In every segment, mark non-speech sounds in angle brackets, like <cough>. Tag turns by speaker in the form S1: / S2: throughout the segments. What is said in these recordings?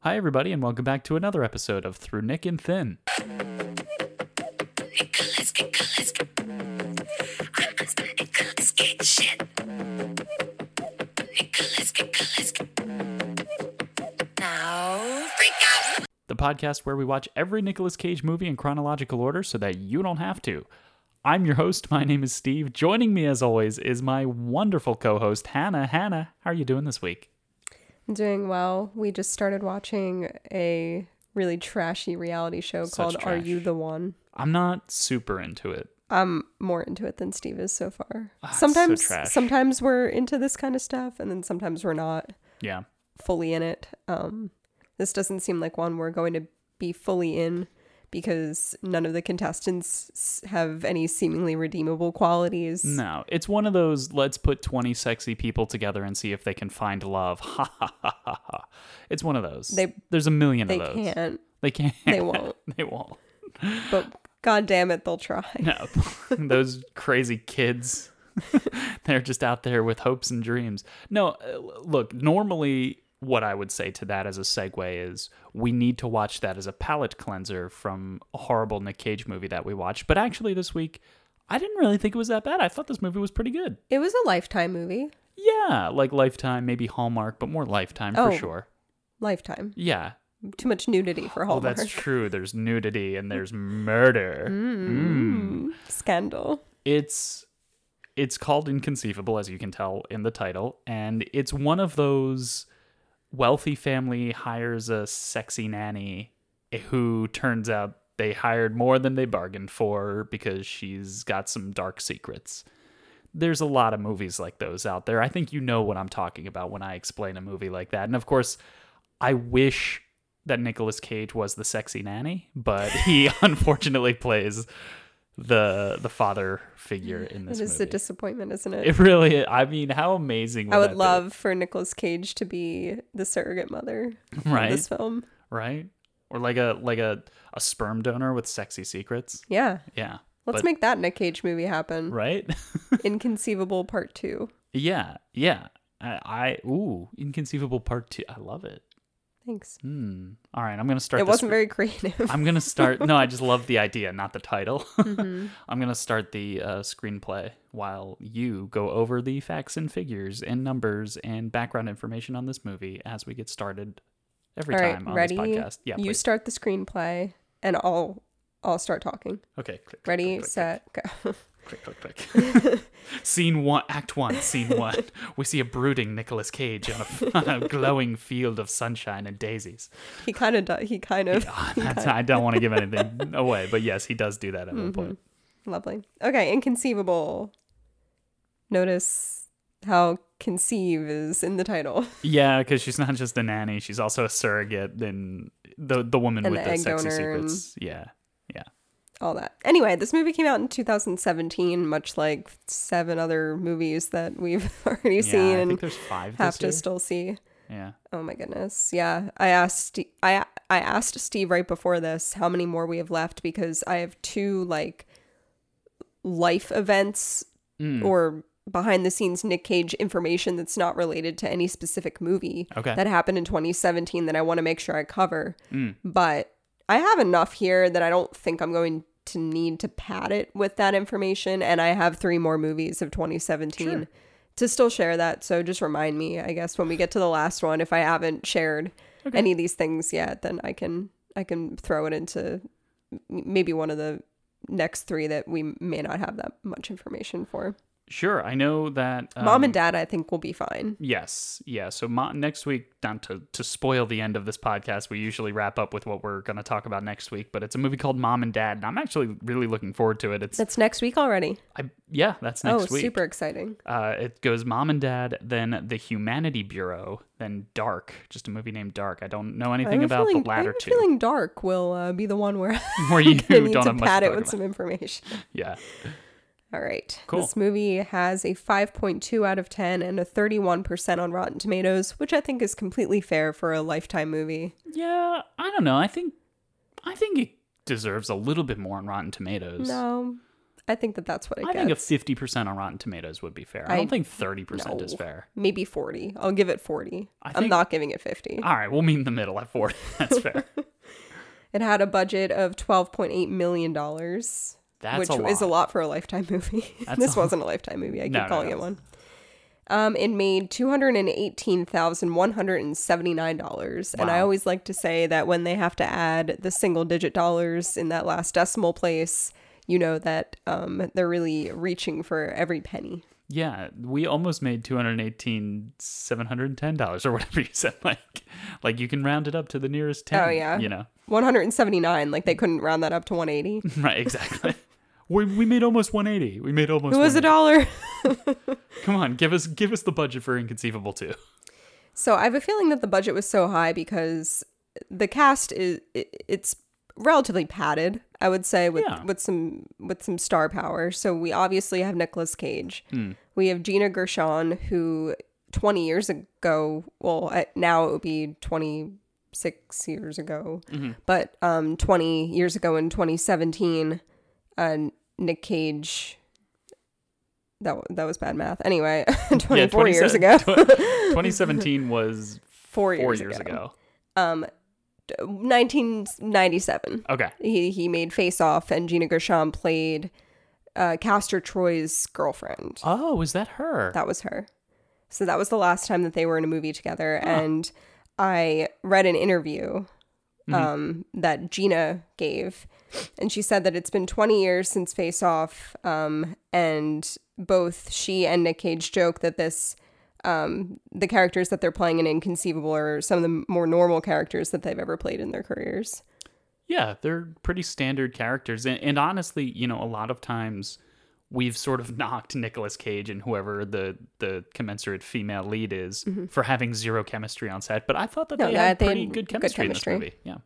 S1: Hi, everybody, and welcome back to another episode of Through Nick and Thin.
S2: Nicholas, Nicholas. I'm Mr. Nicholas Kitchen. Nicholas, Nicholas. Now, freak out!
S1: the podcast where we watch every Nicolas Cage movie in chronological order so that you don't have to. I'm your host. My name is Steve. Joining me, as always, is my wonderful co host, Hannah. Hannah, how are you doing this week?
S3: I'm doing well. We just started watching a really trashy reality show
S1: Such
S3: called Are You
S1: trash.
S3: the One?
S1: I'm not super into it.
S3: I'm more into it than Steve is so far.
S1: Ah, it's so
S3: sometimes
S1: trash.
S3: sometimes we're into this kind of stuff and then sometimes we're not
S1: Yeah.
S3: fully in it. Um this doesn't seem like one we're going to be fully in because none of the contestants s- have any seemingly redeemable qualities.
S1: No, it's one of those let's put 20 sexy people together and see if they can find love. Ha ha ha ha ha. It's one of those.
S3: They-
S1: There's a million
S3: They
S1: of those.
S3: can't,
S1: They can't.
S3: They won't.
S1: <laughs> they won't.
S3: but god damn it, they'll try.
S1: No, <laughs> those crazy kids. <laughs> They're just out there with hopes and dreams. No, uh, look, normally what I would say to that as a segue is we need to watch that as a palate cleanser from a horrible Nick Cage movie that we watched. But actually, this week, I didn't really think it was that bad. I thought this movie was pretty good.
S3: It was a lifetime movie.
S1: Yeah, like Lifetime, maybe Hallmark, but more Lifetime for
S3: Oh.
S1: sure.
S3: Lifetime.
S1: Yeah.
S3: Too much nudity for
S1: Oh,
S3: Hallmark.
S1: that's true. There's nudity and there's murder. Mm.
S3: Scandal.
S1: it's it's called inconceivable as you can tell in the title and it's one of those wealthy family hires a sexy nanny who turns out they hired more than they bargained for because she's got some dark secrets there's a lot of movies like those out there. I think you know what I'm talking about when I explain a movie like that. And of course, I wish that Nicolas Cage was the sexy nanny, but he <laughs> unfortunately plays the the father figure in
S3: It
S1: this
S3: is
S1: movie.
S3: a disappointment, isn't it?
S1: it really I mean, how amazing would
S3: I
S1: that
S3: would
S1: be?
S3: love for Nicolas Cage to be the
S1: <laughs>
S3: surrogate mother
S1: Right.
S3: of this film.
S1: right? Or like a like a, a sperm donor with sexy secrets.
S3: Yeah.
S1: Yeah.
S3: Let's
S1: But-
S3: make that Nick Cage movie happen.
S1: Right? <laughs>
S3: Inconceivable Part 2.
S1: yeah. Yeah. I, I ooh, inconceivable part 2. I love it.
S3: Thanks.
S1: Hmm. All right, I'm going to start
S3: It
S1: this
S3: wasn't very creative.
S1: <laughs> I'm gonna start. No, I just love the idea, not the title. <laughs>
S3: Mm-hmm.
S1: I'm gonna start the uh, screenplay while you go over the facts and figures and numbers and background information on this movie as we get started every
S3: <laughs> All right,
S1: time on
S3: ready?
S1: this podcast. Yeah,
S3: you
S1: please.
S3: start the screenplay and I'll I'll start talking.
S1: okay. Click, click,
S3: Ready,
S1: click,
S3: set, go. <laughs>
S1: Click, click, click. click, click. <laughs> scene one, act one,
S3: <laughs>
S1: scene one. We see a brooding Nicolas Cage on a, on <laughs> a glowing field of sunshine and
S3: <laughs>
S1: daisies. Ah,
S3: he kind of does. He kind of.
S1: That's, I don't want to give anything away, but yes, he does do that at
S3: Mm-hmm.
S1: one point.
S3: Lovely. Okay, inconceivable. Notice how conceive is in the title.
S1: Yeah, because she's not just a nanny; she's also a surrogate. Then the the woman
S3: And
S1: with
S3: the
S1: the
S3: egg
S1: sexy
S3: donor um, and-
S1: secrets. Yeah, yeah.
S3: all that. Anyway, this movie came out in 2017, much like seven other movies that we've <laughs> already seen
S1: yeah, I think
S3: and
S1: there's five.
S3: have
S1: This
S3: to
S1: year.
S3: still see.
S1: yeah,
S3: Oh my goodness. Yeah, I asked Ste- I I asked Steve right before this how many more we have left because I have two like life events
S1: Mm.
S3: or behind the scenes Nick Cage information that's not related to any specific movie
S1: Okay.
S3: that happened in 2017 that I want to make sure I cover.
S1: Mm.
S3: But I have enough here that I don't think I'm going to need to pad it with that information. And I have three more movies of 2017
S1: Sure.
S3: to still share that. So just remind me, I guess, when we get to the last one, if I haven't shared
S1: Okay.
S3: any of these things yet, then I can I can throw it into m- maybe one of the next three that we may not have that much information for.
S1: sure. I know that um,
S3: Mom and Dad, I think, will be fine.
S1: Yes, yeah. So mo- next week, not to to spoil the end of this podcast, we usually wrap up with what we're going to talk about next week. But it's a movie called Mom and Dad, and I'm actually really looking forward to it. It's
S3: That's next week already.
S1: I, yeah, that's next
S3: oh,
S1: week.
S3: super exciting.
S1: Uh, it goes mom and dad, then the Humanity Bureau, then Dark, just a movie named Dark. I don't know anything
S3: I'm
S1: about
S3: feeling,
S1: the latter
S3: I'm
S1: two.
S3: feeling dark will uh, be the one where
S1: <laughs>
S3: <laughs>
S1: Where you
S3: I need
S1: don't
S3: to
S1: have much
S3: pad
S1: to
S3: it
S1: talk
S3: with
S1: about.
S3: some information.
S1: <laughs> Yeah.
S3: All right.
S1: Cool.
S3: This movie has a 5.2 out of 10 and a 31% on Rotten Tomatoes, which I think is completely fair for a lifetime movie.
S1: Yeah, I don't know. I think I think it deserves a little bit more on Rotten Tomatoes.
S3: No, I think that that's what it
S1: I
S3: gets.
S1: think a fifty percent on Rotten Tomatoes would be fair. I,
S3: I-
S1: don't think thirty percent is
S3: No.
S1: fair.
S3: Maybe 40. I'll give it 40.
S1: I
S3: I'm
S1: think-
S3: not giving it 50.
S1: All right, we'll meet in the middle at forty. <laughs> That's fair.
S3: <laughs> It had a budget of 12.8 million dollars,
S1: That's
S3: which
S1: a lot.
S3: is a lot for a lifetime movie. <laughs>
S1: That's
S3: this
S1: a-
S3: wasn't a lifetime movie. I keep
S1: No, no,
S3: calling
S1: no.
S3: it one. Um, it made two hundred and eighteen thousand one hundred and seventy nine dollars, and I
S1: Wow.
S3: always like to say that when they have to add the single digit dollars in that last decimal place, you know that um, they're really reaching for every penny.
S1: Yeah, we almost made two hundred eighteen seven hundred ten dollars or whatever you said. <laughs> Like, like you can round it up to the nearest ten.
S3: Oh, yeah.
S1: you know, <laughs>
S3: One hundred and seventy nine, like they couldn't round that up to one eighty.
S1: right? Exactly. <laughs> we we made almost one eighty. We made almost.
S3: It was a
S1: 180.
S3: dollar.
S1: Come on, give us give us the budget for Inconceivable
S3: <laughs>
S1: too.
S3: So I have a feeling that the budget was so high because the cast is it, it's relatively padded, I would say, with
S1: Yeah.
S3: with some with some star power. So we obviously have Nicolas Cage. We have Gina Gershon, who twenty years ago, well, uh, now it would be twenty six years ago, but um, twenty years ago in twenty seventeen, uh, Nick Cage. That, w- that was bad math. Anyway, <laughs> 24 years ago. <laughs>
S1: Twenty seventeen was
S3: four
S1: four
S3: years,
S1: years, ago.
S3: ago. Um, d- 1997.
S1: Okay.
S3: He he made Face Off, and Gina Gershon played uh, Castor Troy's girlfriend.
S1: Oh, is that her?
S3: That was her. So that was the last time that they were in a movie together, and I read an interview
S1: Mm-hmm.
S3: um, that Gina gave, and she said that it's been 20 years since Face Off, um, and both she and Nick Cage joke that this. Um, the characters that they're playing in Inconceivable are some of the more normal characters that they've ever played in their careers.
S1: Yeah, they're pretty standard characters. And, and honestly, you know, a lot of times we've sort of <laughs> knocked Nicolas Cage and whoever the, the commensurate female lead is for having zero chemistry on set. But I thought that
S3: Mm-hmm. No,
S1: they
S3: yeah,
S1: had
S3: they
S1: pretty
S3: had
S1: good
S3: good
S1: chemistry,
S3: chemistry.
S1: in this movie. Yeah.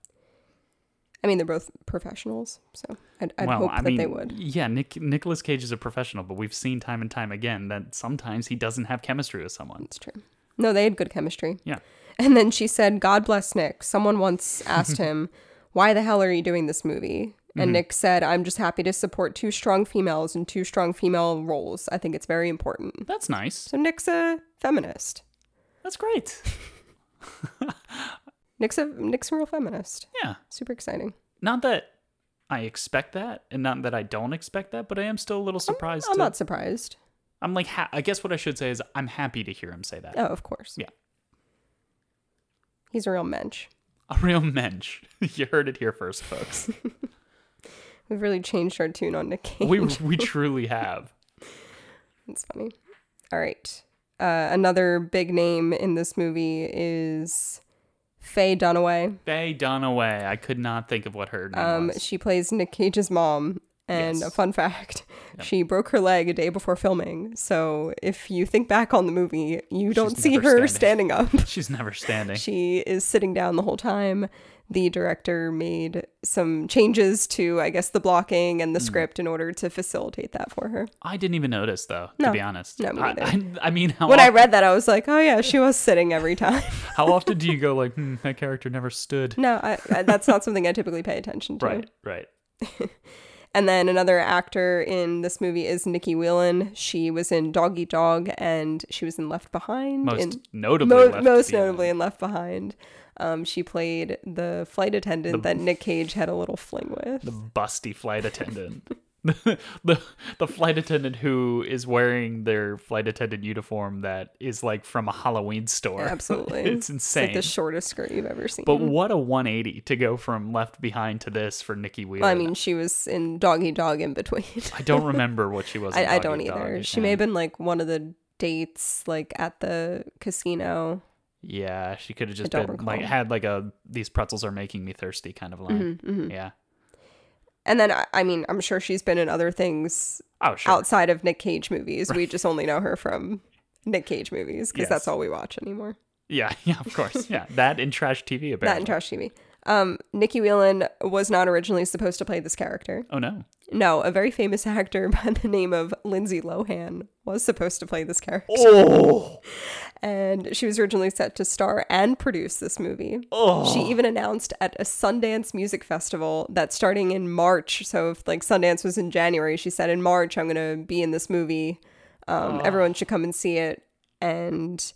S3: I mean, they're both professionals, so I'd, I'd
S1: well,
S3: hope
S1: I
S3: that
S1: mean,
S3: they would.
S1: yeah, Nick, Nicolas Cage is a professional, but we've seen time and time again that sometimes he doesn't have chemistry with someone.
S3: It's true. No, they had good chemistry.
S1: Yeah.
S3: <laughs> And then she said, God bless Nick.
S1: <laughs>
S3: Someone once asked him, Why the hell are you doing this movie? And
S1: Mm-hmm.
S3: Nick said, I'm just happy to support two strong females in two strong female roles. I think it's very important.
S1: That's nice.
S3: So Nick's a feminist.
S1: That's great.
S3: Nick's a, Nick's a real feminist.
S1: Yeah.
S3: Super exciting.
S1: Not that I expect that and not that I don't expect that, but I am still a little surprised.
S3: I'm
S1: to-
S3: not surprised.
S1: I'm like, ha- I guess what I should say is I'm happy to hear him say that.
S3: Oh, of course.
S1: Yeah.
S3: He's a real mensch.
S1: A real mensch. <laughs> you heard it here first,
S3: <laughs>
S1: folks.
S3: We've really changed our tune on Nick Cage.
S1: we we truly have.
S3: That's funny. All right. Uh, another big name in this movie is Faye Dunaway.
S1: Faye Dunaway. I could not think of what her name
S3: Um,
S1: was.
S3: she plays Nick Cage's mom. And
S1: Yes.
S3: a fun fact, she broke her leg a day before filming. So if you think back on the movie, you don't
S1: She's
S3: see
S1: never
S3: her
S1: standing. <laughs>
S3: standing up.
S1: She's never standing.
S3: she is sitting down the whole time. The director made some changes to, I guess, the blocking
S1: Hmm.
S3: and the script in order to facilitate that for her.
S1: I didn't even notice, though. To
S3: No.
S1: be honest,
S3: No, me
S1: I, I, I mean, how
S3: When I
S1: often,
S3: read that, I was like, oh yeah, she was sitting every <laughs> time.
S1: how often do you go like, hmm, that character never stood?
S3: <laughs> No, I, I, that's not something I typically pay attention to.
S1: Right, right.
S3: And then another actor in this movie is Nikki Whelan. She was in Doggy Dog and she was in Left Behind.
S1: Most
S3: in,
S1: notably,
S3: mo-
S1: left
S3: most
S1: Behind.
S3: notably in Left Behind. Um, she played the flight attendant that Nick Cage had a little fling with.
S1: the busty flight attendant. <laughs> the the flight attendant who is wearing their flight attendant uniform that is like from a Halloween store.
S3: Absolutely.
S1: <laughs> it's insane.
S3: It's like the shortest skirt you've ever seen.
S1: But what a 180 to go from Left Behind to this for Nikki Wheeler.
S3: I mean, she was in Doggy Dog in between.
S1: I
S3: <laughs>
S1: don't remember what she was. in
S3: I, I
S1: Doggy Dog.
S3: don't either. She may have been like one of the dates like at the casino.
S1: Yeah, she could have just
S3: don't
S1: been like
S3: recall.
S1: had like a "these pretzels are making me thirsty" kind of line. Yeah.
S3: Mm-hmm, And then, I, I mean, I'm sure she's been in other things
S1: Oh sure.
S3: outside of Nick Cage movies. We just only know her from Nick Cage movies because
S1: Yes.
S3: that's all we watch anymore.
S1: <laughs> Yeah, yeah, of course. Yeah, that in trash TV apparently.
S3: That and trash TV. Um, Nikki Whelan was not originally supposed to play this character.
S1: Oh no.
S3: No, a very famous <laughs> actor by the name of Lindsay Lohan was supposed to play this character.
S1: Oh.
S3: And she was originally set to star and produce this movie.
S1: Oh.
S3: She even announced at a Sundance Music Festival that starting in March, so if like Sundance was in January, she said, In March, I'm going to be in this movie.
S1: Ah.
S3: Um, Everyone should come and see it. And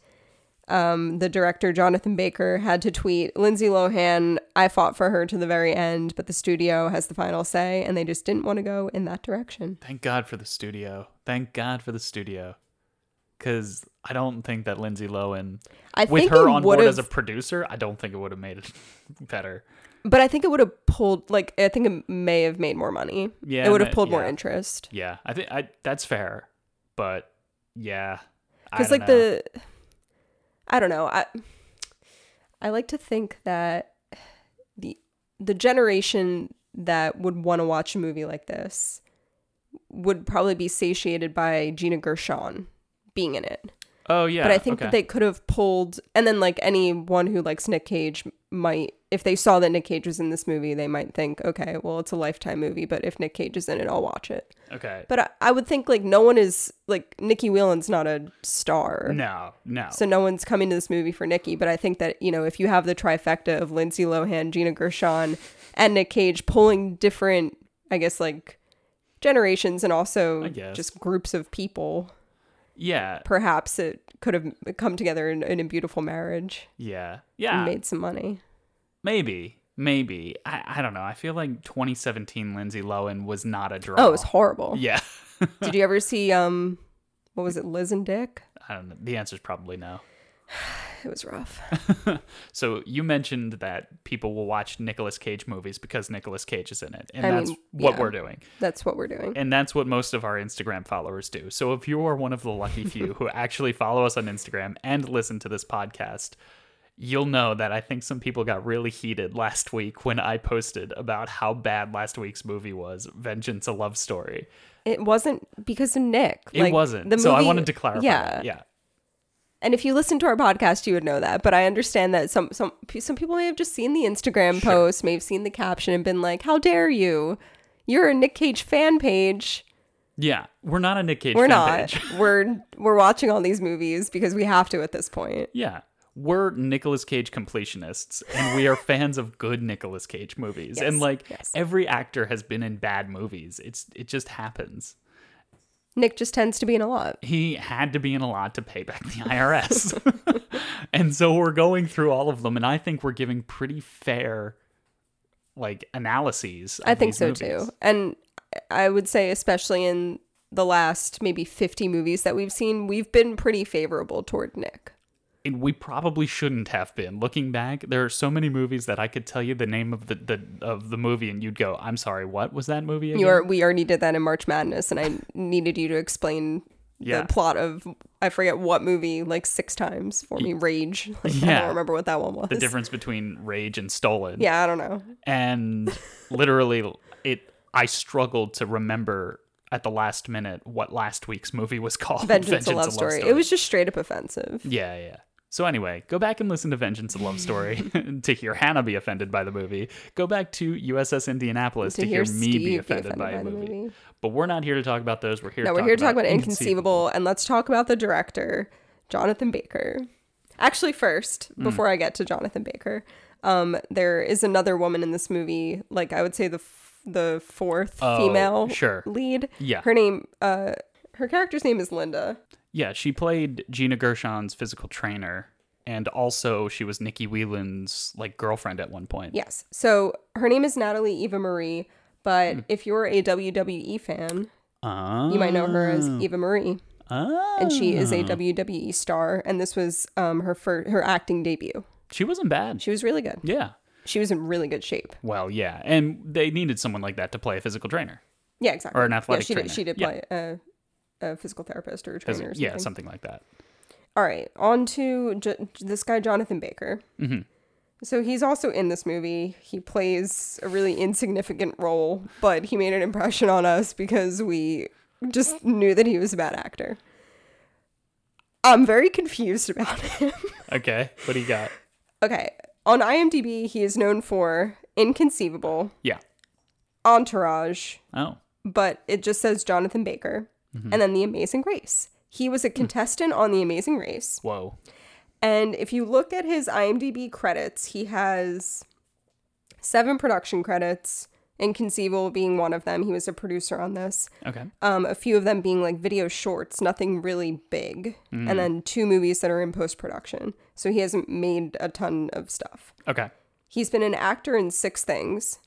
S3: um, the director, Jonathan Baker, had to tweet Lindsay Lohan, I fought for her to the very end, but the studio has the final say, and they just didn't want to go in that direction.
S1: Thank God for the studio. Thank God for the studio. Cause I don't think that Lindsay Lohan
S3: I
S1: with
S3: think
S1: her
S3: it
S1: on board as a
S3: would've-
S1: producer, I don't think it would have made it <laughs> better.
S3: But I think it would have pulled, like, I think it may have made more money.
S1: Yeah,
S3: It would have
S1: ma-
S3: pulled more
S1: yeah.
S3: interest.
S1: Yeah. I think I that's fair. But yeah. I
S3: because
S1: don't
S3: like
S1: know.
S3: the i don't know i i like to think that the the generation that would want to watch a movie like this would probably be satiated by gina gershon being in it
S1: Oh yeah.
S3: but i think
S1: okay.
S3: that they could have pulled and then like anyone who likes nick cage might if they saw that nick cage was in this movie they might think okay well it's a lifetime movie but if nick cage is in it i'll watch it
S1: Okay.
S3: but i, I would think like no one is like nikki whelan's not a star
S1: no, no.
S3: so no one's coming to this movie for Nikki, but I think that, you know, if you have the trifecta of Lindsay Lohan, Gina Gershon, and Nick Cage pulling different, I guess, like generations and also
S1: I guess.
S3: just groups of people,
S1: yeah.
S3: perhaps it could have come together in, in a beautiful marriage
S1: Yeah. Yeah.
S3: and made some money.
S1: Maybe. Maybe. I, I don't know. I feel like 2017 Lindsay Lohan was not a draw.
S3: Oh, it was horrible.
S1: Yeah. <laughs>
S3: Did you ever see, um, what was it, Liz and Dick?
S1: I don't know. The answer's probably no.
S3: It was rough.
S1: So you mentioned that people will watch Nicolas Cage movies because Nicolas Cage is in it. And
S3: I
S1: that's
S3: mean,
S1: what
S3: yeah.
S1: we're doing.
S3: That's what
S1: <laughs>
S3: we're doing.
S1: And that's what most of our Instagram followers do. So if you are one of the lucky few
S3: <laughs>
S1: who actually follow us on Instagram and listen to this podcast, you'll know that I think some people got really heated last week when I posted about how bad last week's movie was, Vengeance a Love Story.
S3: It wasn't because of Nick.
S1: It
S3: Like,
S1: wasn't.
S3: the
S1: so I
S3: movie-
S1: wanted to clarify. Yeah. Yeah.
S3: And if you listen to our podcast, you would know that. But I understand that some some p- some people may have just seen the Instagram
S1: Sure.
S3: post, may have seen the caption, and been like, "How dare you? You're a Nick Cage fan page.
S1: Yeah. We're not a Nick Cage fan
S3: We're not.
S1: page.
S3: <laughs> we're we're watching all these movies because we have to at this point.
S1: Yeah. We're Nicolas Cage completionists and we are fans of good Nicolas Cage movies. and
S3: Yes,
S1: like
S3: yes.
S1: every actor has been in bad movies. It's it just happens.
S3: Nick just tends to be in a lot.
S1: He had to be in a lot to pay back the <laughs> IRS. and so we're going through all of them and I think we're giving pretty fair like analyses. of
S3: I think
S1: these
S3: so
S1: movies.
S3: too. And I would say, especially in the last maybe 50 movies that we've seen, we've been pretty favorable toward Nick.
S1: and we probably shouldn't have been. Looking back, there are so many movies that I could tell you the name of the, the of the movie and you'd go, "I'm sorry, what was that movie?" Again?
S3: You are, we already did that in March Madness, and I needed you to explain
S1: Yeah.
S3: the plot of I forget what movie like six times for me. Rage. <laughs> Like, I
S1: Yeah.
S3: don't remember what that one was.
S1: the difference between rage and stolen.
S3: Yeah, I don't know. <laughs>
S1: And literally it I struggled to remember at the last minute what last week's movie was <laughs> called.
S3: Vengeance, a love, story. It was just straight up offensive.
S1: Yeah, yeah. So anyway, go back and listen to Vengeance a Love
S3: <laughs>
S1: Story <laughs> to hear Hannah be offended by the movie. Go back to USS Indianapolis to, hear, me
S3: Steve
S1: be offended, by, a movie. But we're not here to talk about those. We're here.
S3: No,
S1: to
S3: we're
S1: talk
S3: here to talk about
S1: Inconceivable.
S3: inconceivable, and let's talk about the director, Jonathan Baker. Actually, first,
S1: Hmm.
S3: before I get to Jonathan Baker, um, there is another woman in this movie. Like I would say the f- the fourth
S1: Oh,
S3: female
S1: sure.
S3: lead.
S1: Yeah.
S3: her name. Uh, her character's name is Linda.
S1: Yeah, she played Gina Gershon's physical trainer, and also she was Nikki Whelan's like girlfriend at one point.
S3: Yes. So her name is Natalie Eva Marie.
S1: Hmm.
S3: But if you're a WWE fan,
S1: Oh.
S3: you might know her as Eva Marie,
S1: Oh.
S3: and she is a WWE star. And this was um, her fir- her acting debut.
S1: She wasn't bad.
S3: She was really good.
S1: yeah.
S3: She was in really good shape.
S1: Well, yeah. And they needed someone like that to play a physical trainer.
S3: Yeah, exactly.
S1: Or an athletic
S3: yeah, she
S1: trainer.
S3: Did, she did
S1: Yeah.
S3: play a, a physical therapist or a
S1: 'Cause-
S3: trainer or something.
S1: yeah, something like that.
S3: All right, on to J- this guy, Jonathan Baker.
S1: Mhm.
S3: So he's also in this movie. He plays a really insignificant role, but he made an impression on us because we just knew that he was a bad actor. I'm very confused about <laughs> him. <laughs>
S1: Okay. What do you got?
S3: Okay, On IMDb, he is known for Inconceivable,
S1: Yeah.
S3: Entourage,
S1: Oh.
S3: but it just says Jonathan Baker, and then The Amazing Race. He was a contestant on The Amazing Race.
S1: Whoa.
S3: And if you look at his IMDb credits, he has seven production credits, Inconceivable being one of them. He was a producer on this.
S1: Okay.
S3: Um, a few of them being like video shorts, nothing really big. And then two movies that are in post production. So he hasn't made a ton of stuff.
S1: Okay.
S3: He's been an actor in six things,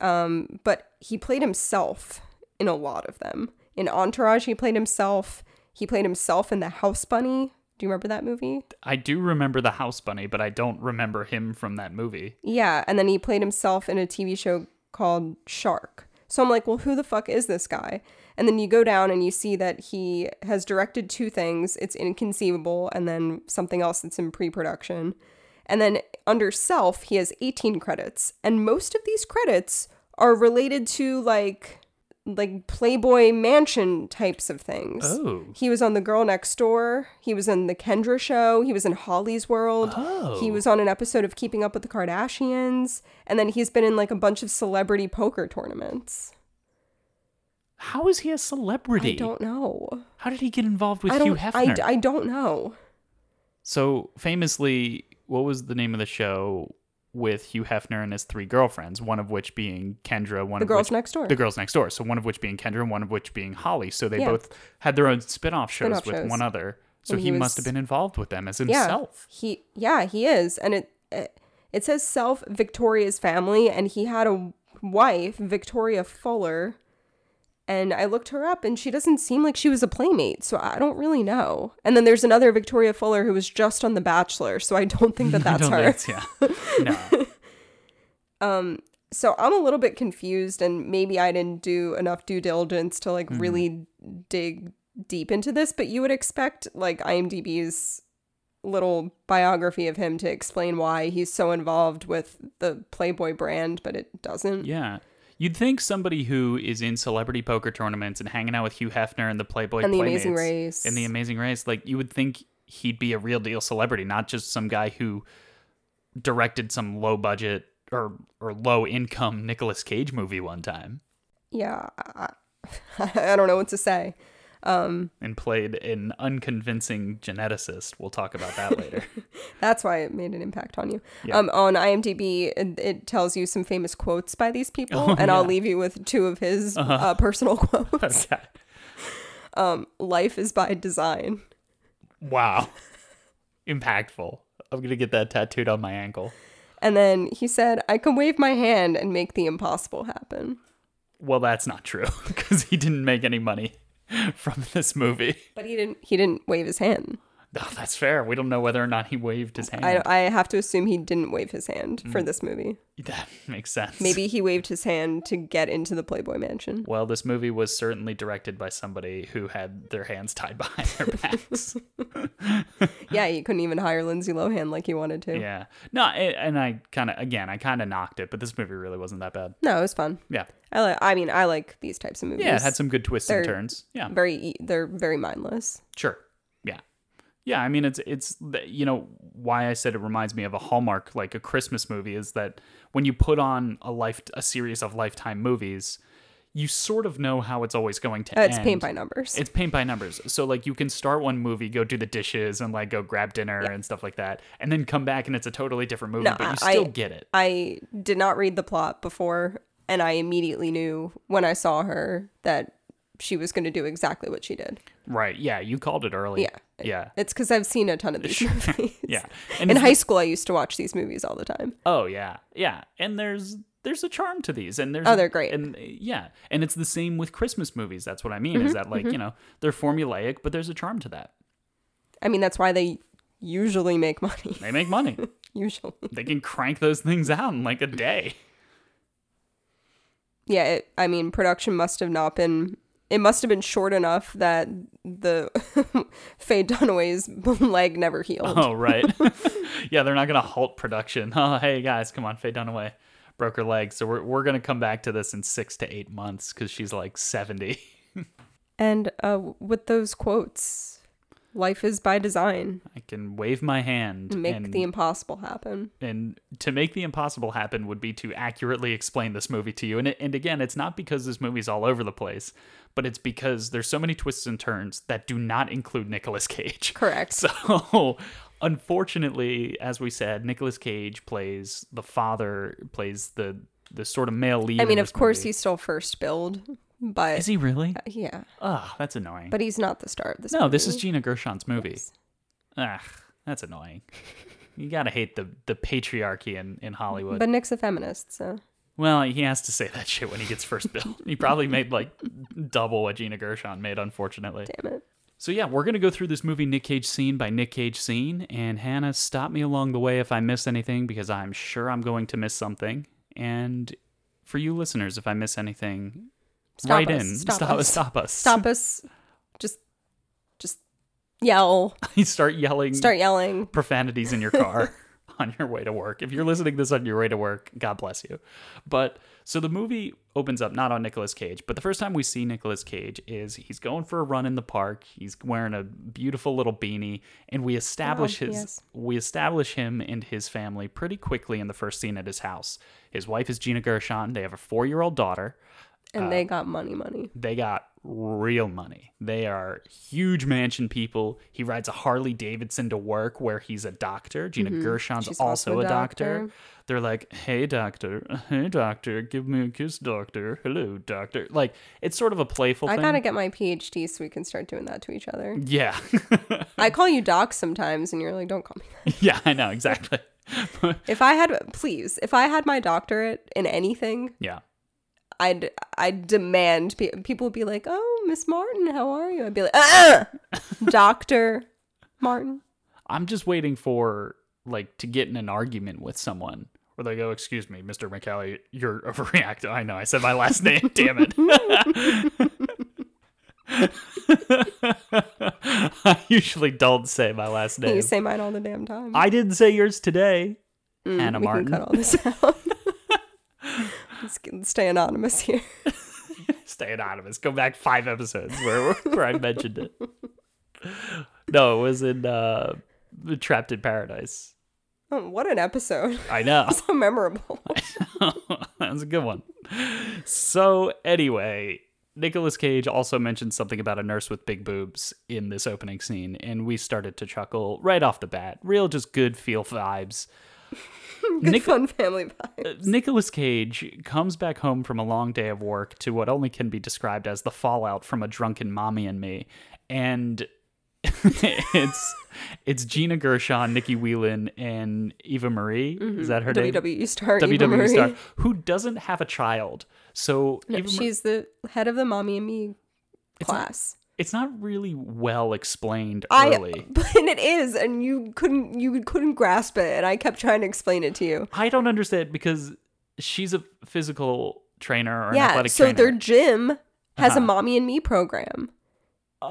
S3: um, but he played himself in a lot of them. In Entourage, he played himself. He played himself in The House Bunny. Do you remember that movie?
S1: I do remember the house bunny, but I don't remember him from that movie.
S3: Yeah, and then he played himself in a TV show called Shark. So I'm like, well, who the fuck is this guy? And then you go down and you see that he has directed two things it's Inconceivable, and then something else that's in pre production. And then under self, he has 18 credits. And most of these credits are related to like like Playboy Mansion types of things.
S1: Oh.
S3: He was on The Girl Next Door. He was on The Kendra Show. He was in Holly's World.
S1: Oh.
S3: He was on an episode of Keeping Up with the Kardashians. And then he's been in like a bunch of celebrity poker tournaments.
S1: How is he a celebrity?
S3: I don't know.
S1: How did he get involved with
S3: I don't,
S1: Hugh
S3: I,
S1: Hefner?
S3: d- I don't know.
S1: so famously, what was the name of the show with Hugh Hefner and his three girlfriends? One of which being Kendra. One
S3: The
S1: of
S3: Girls
S1: which,
S3: Next Door.
S1: The girls next door. So one of which being Kendra and one of which being Holly. So they
S3: Yeah.
S1: both had their own spin-off shows
S3: Spin-off
S1: with
S3: shows.
S1: one other. So
S3: And
S1: he,
S3: he was-
S1: must have been involved with them as
S3: yeah.
S1: himself.
S3: He yeah, he is. And it it, it says self Victoria's family and he had a wife, Victoria Fuller. And I looked her up and she doesn't seem like she was a playmate, so I don't really know. And then there's another Victoria Fuller who was just on The Bachelor, so I
S1: <laughs>
S3: don't think that
S1: I
S3: that's
S1: don't
S3: her.
S1: think it's- yeah.
S3: <laughs>
S1: No.
S3: so I'm a little bit confused and maybe I didn't do enough due diligence to
S1: Mm-hmm.
S3: like really dig deep into this, but you would expect like IMDb's little biography of him to explain why he's so involved with the Playboy brand, but it doesn't.
S1: Yeah. You'd think somebody who is in celebrity poker tournaments and hanging out with Hugh Hefner and the Playboy
S3: And The
S1: Playmates
S3: Amazing Race.
S1: and the Amazing Race, like you would think he'd be a real deal celebrity, not just some guy who directed some low budget or or low income Nicolas Cage movie one time
S3: Yeah. I, I <laughs> don't know what to say.
S1: and played an unconvincing geneticist. We'll talk about that
S3: <laughs>
S1: later.
S3: That's why it made an impact on you.
S1: Yeah.
S3: Um, on IMDb, it, it tells you some famous quotes by these people,
S1: <laughs> Oh,
S3: and I'll
S1: yeah. Uh-huh.
S3: leave you with two of his uh personal <laughs> quotes.
S1: Okay.
S3: Life is by design.
S1: Wow. Impactful. I'm going to get that tattooed on my ankle.
S3: And then he said, I can wave my hand and make the impossible happen.
S1: Well, that's not true <laughs> because he didn't make any money from this movie.
S3: But he didn't he didn't wave his hand.
S1: Oh, that's fair. We don't know whether or not he waved his hand.
S3: I, I have to assume he didn't wave his hand for
S1: Mm.
S3: this movie.
S1: that makes sense.
S3: Maybe he waved his hand to get into the Playboy mansion.
S1: Well, this movie was certainly directed by somebody who had their hands tied behind their
S3: <laughs>
S1: backs.
S3: Yeah, he couldn't even hire Lindsay Lohan like he wanted to.
S1: yeah. No, a- and I kind of, again, I kind of knocked it, but this movie really wasn't that bad.
S3: No, it was fun.
S1: Yeah.
S3: I like I mean, I like these types of movies.
S1: Yeah, it had some good twists and
S3: They're-
S1: turns. Yeah.
S3: very e- they're very mindless.
S1: Sure. Yeah. Yeah, I mean it's it's th- you know why I said it reminds me of a Hallmark like a Christmas movie is that when you put on a life a series of lifetime movies, you sort of know how it's always going to
S3: Uh,
S1: end.
S3: it's paint by numbers.
S1: It's paint by numbers. So like you can start one movie, go do the dishes and like go grab dinner and stuff like that and then come back and it's a totally different movie,
S3: No,
S1: but you
S3: I-
S1: still get it.
S3: I did not read the plot before and I immediately knew when I saw her that she was going to do exactly what she did.
S1: Right. Yeah, you called it early.
S3: Yeah. <laughs>
S1: Yeah.
S3: It's because I've seen a ton of these <laughs> movies.
S1: <laughs> Yeah. And
S3: In
S1: it's-
S3: high school, I used to watch these movies all the time.
S1: Oh yeah, yeah. And there's there's a charm to these, and there's
S3: Oh, they're great.
S1: and uh, yeah, and it's the same with Christmas movies. That's what I mean.
S3: Mm-hmm,
S1: is that like you know they're formulaic, but there's a charm to that.
S3: I mean, that's why they usually make <laughs> money.
S1: They make money.
S3: usually.
S1: they can crank those things out in like a day.
S3: <laughs> Yeah. It, I mean, production must have not been. It must have been short enough that the <laughs> Faye Dunaway's <laughs> leg never healed.
S1: Oh right, <laughs> yeah. They're not gonna halt production. Oh hey guys, come on, Faye Dunaway broke her leg, so we're we're gonna come back to this in six to eight months because she's like seventy.
S3: And uh, with those quotes, Life is by design.
S1: <laughs> I can wave my hand
S3: Make
S1: and,
S3: the impossible happen.
S1: and to make the impossible happen would be to accurately explain this movie to you. And it, and again, it's not because this movie's all over the place, but it's because there's so many twists and turns that do not include Nicolas Cage. <laughs>
S3: Correct.
S1: So, unfortunately, as we said, Nicolas Cage plays the father, plays the the sort of male lead.
S3: I
S1: in
S3: mean, of
S1: this
S3: course,
S1: movie.
S3: he's still first build, but
S1: is he really?
S3: yeah,
S1: Ah, that's annoying.
S3: but he's not the star of this.
S1: no, this is
S3: movie.
S1: Gina Gershon's movie.
S3: Yes.
S1: Ah, that's annoying. You gotta hate the the patriarchy in in Hollywood.
S3: <laughs> But Nick's a feminist, so
S1: Well, he has to say that <laughs> shit when he gets first billed. he probably made
S3: <laughs>
S1: like double what Gina Gershon made, unfortunately.
S3: damn it.
S1: So yeah, we're gonna go through this movie Nick Cage scene by Nick Cage scene, and Hannah, stop me along the way if I miss anything because I'm sure I'm going to miss something. And for you listeners, if I miss anything,
S3: Stop
S1: write
S3: us.
S1: in,
S3: Stop, us. Stop.
S1: stop us,
S3: us. Just, just yell.
S1: You <laughs> Start yelling,
S3: Start yelling.
S1: profanities in your
S3: <laughs>
S1: car on your way to work. If you're listening this on your way to work, God bless you. But so the movie opens up not on Nicolas Cage, but the first time we see Nicolas Cage is he's going for a run in the park. He's wearing a beautiful little beanie and we establish
S3: Oh,
S1: his
S3: yes.
S1: we establish him and his family pretty quickly in the first scene at his house. His wife is Gina Gershon. They have a 4-year-old daughter
S3: And they
S1: Uh,
S3: got money, money.
S1: they got real money. They are huge mansion people. He rides a Harley Davidson to work where he's a doctor. Gina Gershon's
S3: Mm-hmm. She's
S1: also,
S3: also a
S1: a doctor.
S3: doctor.
S1: They're like, hey, doctor, hey, doctor, give me a kiss, doctor. Hello, doctor. Like, it's sort of a playful
S3: I
S1: thing.
S3: gotta get my PhD so we can start doing that to each other.
S1: yeah. <laughs> Mm-hmm.
S3: I call you doc sometimes, and you're like, "Don't call me that."
S1: yeah, I know, exactly. <laughs>
S3: If I had, please, if I had my doctorate in anything,
S1: yeah.
S3: I'd I'd demand pe- people would be like, "Oh, Miss Martin, how are you?" I'd be like, "Ah,
S1: <laughs>
S3: Doctor Martin."
S1: I'm just waiting for, like, to get in an argument with someone. Or they go, excuse me, Mr. McCallie, you're <laughs> overreacting. I know, I said my last name, damn it. <laughs> I usually don't say my last name.
S3: You say mine all the damn time.
S1: I didn't say yours today,
S3: Mm,
S1: Hannah
S3: we
S1: Martin.
S3: can cut all this <laughs> out. Let's get- stay anonymous here.
S1: Stay anonymous. Go back five episodes where, <laughs> where I mentioned it. No, it was in uh, Trapped in Paradise.
S3: Oh, what an episode! <laughs>
S1: I know.
S3: So memorable.
S1: <laughs> that was a good one. So anyway, Nicolas Cage also mentioned something about a nurse with big boobs in this opening scene, and we started to chuckle right off the bat. Real, just good feel vibes.
S3: Good
S1: Nic-
S3: fun family
S1: uh,
S3: vibe.
S1: Nicolas Cage comes back home from a long day of work to what only can be described as the fallout from a drunken mommy and me, and <laughs> it's it's Gina Gershon, Nikki Whelan, and Eva Marie. Is that her name?
S3: WWE E star. Eva
S1: WWE
S3: Marie.
S1: E star who doesn't have a child. So
S3: No,
S1: Eva Mar-
S3: she's the head of the mommy and me class.
S1: it's not really well explained
S3: I <laughs>
S1: early.
S3: and it is, and you couldn't you couldn't grasp it, and I kept trying to explain it to you.
S1: I, don't understand because she's a physical trainer or an
S3: yeah,
S1: athletic
S3: so
S1: trainer.
S3: their gym has a
S1: Uh-huh.
S3: mommy and me program.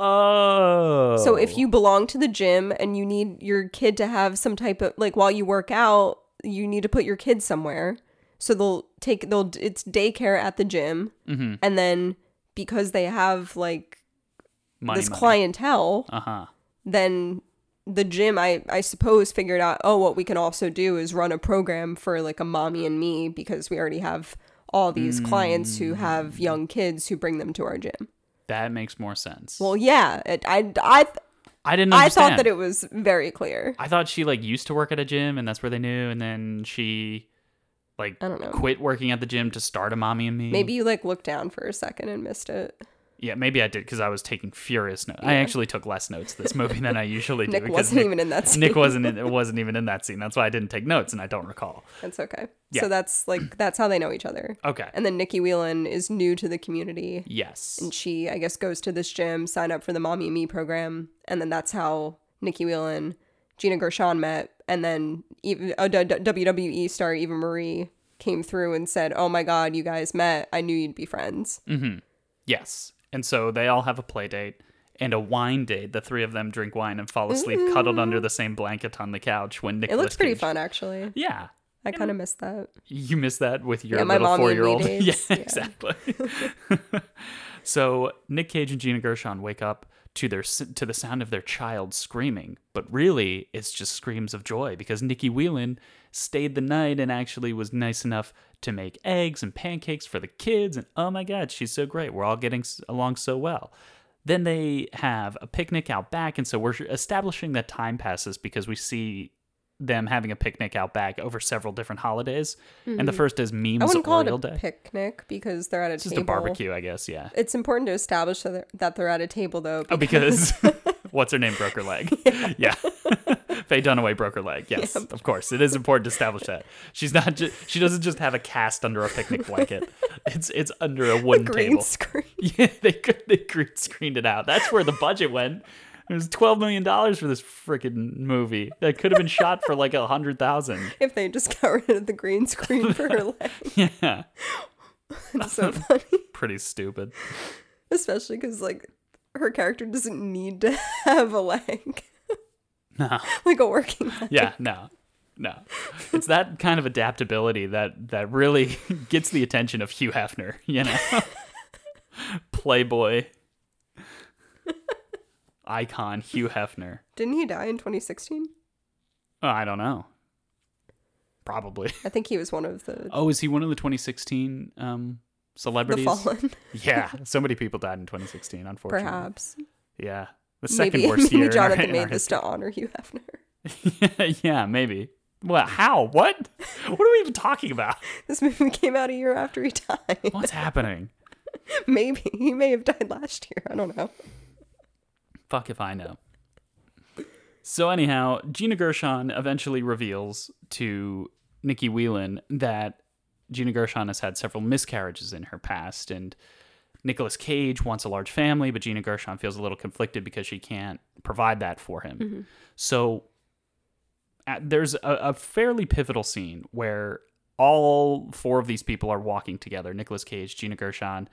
S1: oh.
S3: So if you belong to the gym and you need your kid to have some type of like while you work out, you need to put your kid somewhere. So they'll take they'll it's daycare at the gym,
S1: Mhm.
S3: and then because they have like
S1: money,
S3: this
S1: money.
S3: clientele,
S1: uh-huh.
S3: then the gym I I suppose figured out oh what we can also do is run a program for like a mommy and me because we already have all these clients who
S1: Mm.
S3: have young kids who bring them to our gym.
S1: That makes more sense.
S3: Well, yeah, it, I I
S1: I didn't
S3: I
S1: understand.
S3: thought that it was very clear.
S1: I thought she like used to work at a gym and that's where they knew and then she like
S3: I don't know.
S1: quit working at the gym to start a mommy and me.
S3: Maybe you like looked down for a second and missed it.
S1: Mm. Yeah, maybe I did because I was taking furious notes. I actually took less notes this movie than I
S3: <laughs>
S1: usually do.
S3: Nick
S1: because
S3: wasn't even in that scene.
S1: <laughs> Nick wasn't in, wasn't even in that scene. That's why I didn't take notes and I don't recall.
S3: That's okay.
S1: Yeah.
S3: So that's like that's how they know each other.
S1: Okay.
S3: And then Nikki Whelan is new to the community.
S1: Yes.
S3: And she, I guess, goes to this gym, sign up for the Mommy and Me program, and then that's how Nikki Whelan, Gina Gershon met, and then even a d- d- WWE star Eva Marie came through and said, "Oh my God, you guys met. I knew you'd be friends."
S1: Mm, Yes. And so they all have a play date and a wine date. The three of them drink wine and fall asleep cuddled under the same blanket on the couch when Nick
S3: Mm. It looks pretty fun, actually.
S1: Yeah.
S3: I kind of missed that.
S1: You miss that with your
S3: Yeah, my
S1: little
S3: mommy and me
S1: four <laughs> year old.
S3: dates.
S1: yeah, <laughs>
S3: Yeah.
S1: exactly. so Nick Cage and Gina Gershon wake up to their s- to the sound of their child screaming, but really it's just screams of joy because Nikki Whelan stayed the night and actually was nice enough to make eggs and pancakes for the kids and oh my god, she's so great. We're all getting s- along so well. Then they have a picnic out back and so we're establishing that time passes because we see them having a picnic out back over several different holidays. And the first is memes
S3: Hmm. I wouldn't call
S1: Oriole
S3: it a
S1: Day.
S3: picnic because they're at a
S1: It's
S3: table.
S1: just a barbecue, I guess,
S3: <laughs>
S1: yeah.
S3: It's important to establish that they're, that they're at a table, though.
S1: Oh, because <laughs> what's her name broke her
S3: <laughs>
S1: leg. Yeah. <laughs> Faye Dunaway broke her leg. Yes, of course. It is important to establish that. She's not just she doesn't just have a cast under a picnic
S3: <laughs>
S1: blanket. It's it's under a wooden
S3: green
S1: table.
S3: screen. <laughs>
S1: <laughs> Yeah, they could they green screened it out. That's where the budget went. It was twelve million dollars for this freaking movie that could have been shot for like a hundred thousand. <laughs>
S3: If they just got rid of the green screen for her leg,
S1: Yeah,
S3: it's so funny.
S1: pretty stupid.
S3: Especially because like her character doesn't need to <laughs> have a leg, <laughs>
S1: No.
S3: like a working leg.
S1: Yeah, no, no. It's that kind of adaptability that that really <laughs> gets the attention of Hugh Hefner, <laughs> you know, Playboy icon Hugh Hefner.
S3: Didn't he die in 2016?
S1: Oh, I don't know. Probably. <laughs>
S3: I think he was one of the
S1: Oh, is he one of the 2016 um,
S3: the
S1: celebrities?
S3: fallen, <laughs>
S1: Yeah, so many people died in 2016, unfortunately.
S3: perhaps.
S1: Yeah, the second
S3: <laughs> maybe
S1: worst
S3: maybe
S1: year. in our-
S3: Jonathan
S1: in our
S3: made this to honor Hugh Hefner. <laughs>
S1: <laughs> yeah, maybe. Well, how? What? What are we even talking about?
S3: This movie came out a year after he died.
S1: <laughs>
S3: <laughs>
S1: What's happening?
S3: Maybe he may have died last year. I don't know.
S1: Fuck if I know. So anyhow, Gina Gershon eventually reveals to Nikki Whelan that Gina Gershon has had several miscarriages in her past and Nicolas Cage wants a large family, but Gina Gershon feels a little conflicted because she can't provide that for him.
S3: Mm-hmm.
S1: So at, there's a, a fairly pivotal scene where all four of these people are walking together Nicolas Cage, Gina Gershon,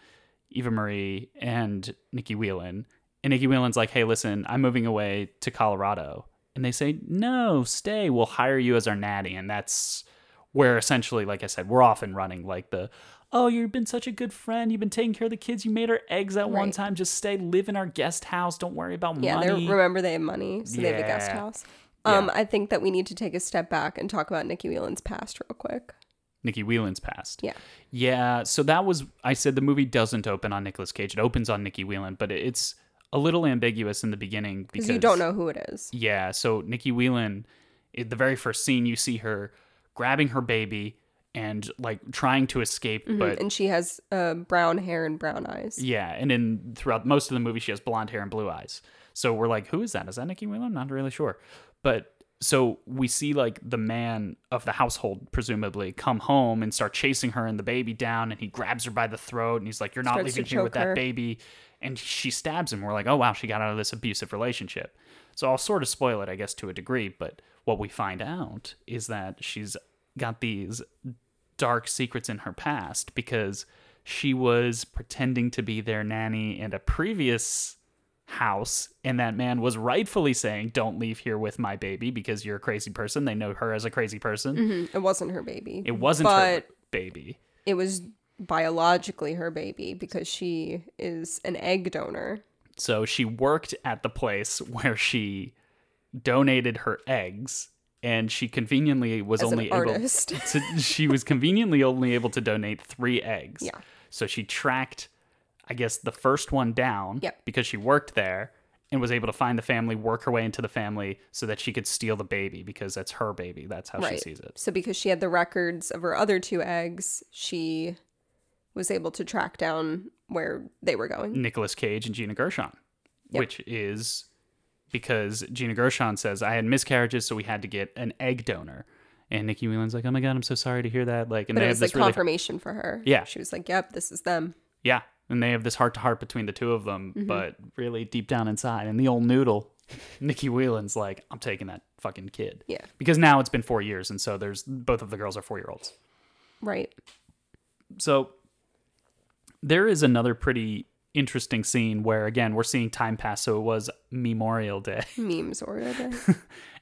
S1: Eva Marie, and Nikki Whelan. And Nikki Whelan's like, hey, listen, I'm moving away to Colorado. And they say, no, stay. We'll hire you as our natty. And that's where essentially, like I said, we're off and running. Like the, oh, you've been such a good friend. You've been taking care of the kids. You made our eggs that one
S3: Right.
S1: time. Just stay, live in our guest house. Don't worry about
S3: Yeah, they
S1: money.
S3: remember they have money, so they have a guest
S1: Yeah.
S3: house. Um,
S1: Yeah.
S3: I think that we need to take a step back and talk about Nikki Whelan's past real quick.
S1: Nikki Whelan's past.
S3: Yeah.
S1: Yeah, so that was I said the movie doesn't open on Nicolas Cage. It opens on Nikki Whelan, but it's a little ambiguous in the beginning because
S3: Because you don't know who it is.
S1: Yeah, so Nikki Whelan, in the very first scene you see her grabbing her baby and like trying to escape, but
S3: and she has uh, brown hair and brown eyes.
S1: yeah, and then throughout most of the movie, she has blonde hair and blue eyes. So we're like, who is that? Is that Nikki Whelan? I'm not really sure. But so we see like the man of the household, presumably, come home and start chasing her and the baby down, and he grabs her by the throat and he's like, You're not
S3: Starts to
S1: leaving here with
S3: choke her.
S1: that baby. And she stabs him. We're like, Oh, wow, she got out of this abusive relationship. So I'll sort of spoil it, I guess, to a degree. But what we find out is that she's got these dark secrets in her past because she was pretending to be their nanny in a previous house and that man was rightfully saying don't leave here with my baby because you're a crazy person they know her as a crazy person
S3: It wasn't her baby.
S1: it wasn't her
S3: Mm-hmm. But
S1: baby
S3: it was biologically her baby because she is an egg donor.
S1: so she worked at the place <laughs> where she donated her eggs and she conveniently was
S3: As an
S1: only able
S3: artist.
S1: <laughs> to, she was conveniently only able to donate 3 eggs
S3: Yeah.
S1: so she tracked i guess the first one down
S3: Yep.
S1: because she worked there and was able to find the family work her way into the family so that she could steal the baby because that's her baby that's how she
S3: Right.
S1: sees it
S3: So because she had the records of her other two eggs, she was able to track down where they were going.
S1: Nicolas Cage and Gina Gershon, which is because Gina Gershon says I had miscarriages, so we had to get an egg donor. And Nikki Whelan's like, "Oh my god, I'm so sorry to hear that." Like, and
S3: But
S1: they
S3: it
S1: have
S3: was
S1: this
S3: like
S1: really,
S3: confirmation for her.
S1: Yeah.
S3: She was like, Yep, this is them.
S1: yeah, and they have this heart to heart between the two of them,
S3: Mm-hmm.
S1: but really deep down inside, and the old noodle, <laughs> Nikki Whelan's like, "I'm taking that fucking kid."
S3: Yeah.
S1: because now it's been four years, and so there's both of the girls are four year olds.
S3: Right.
S1: So there is another pretty interesting scene where again we're seeing time pass. So it was Memorial Day,
S3: Memes Oreo
S1: <laughs>
S3: Day.
S1: and,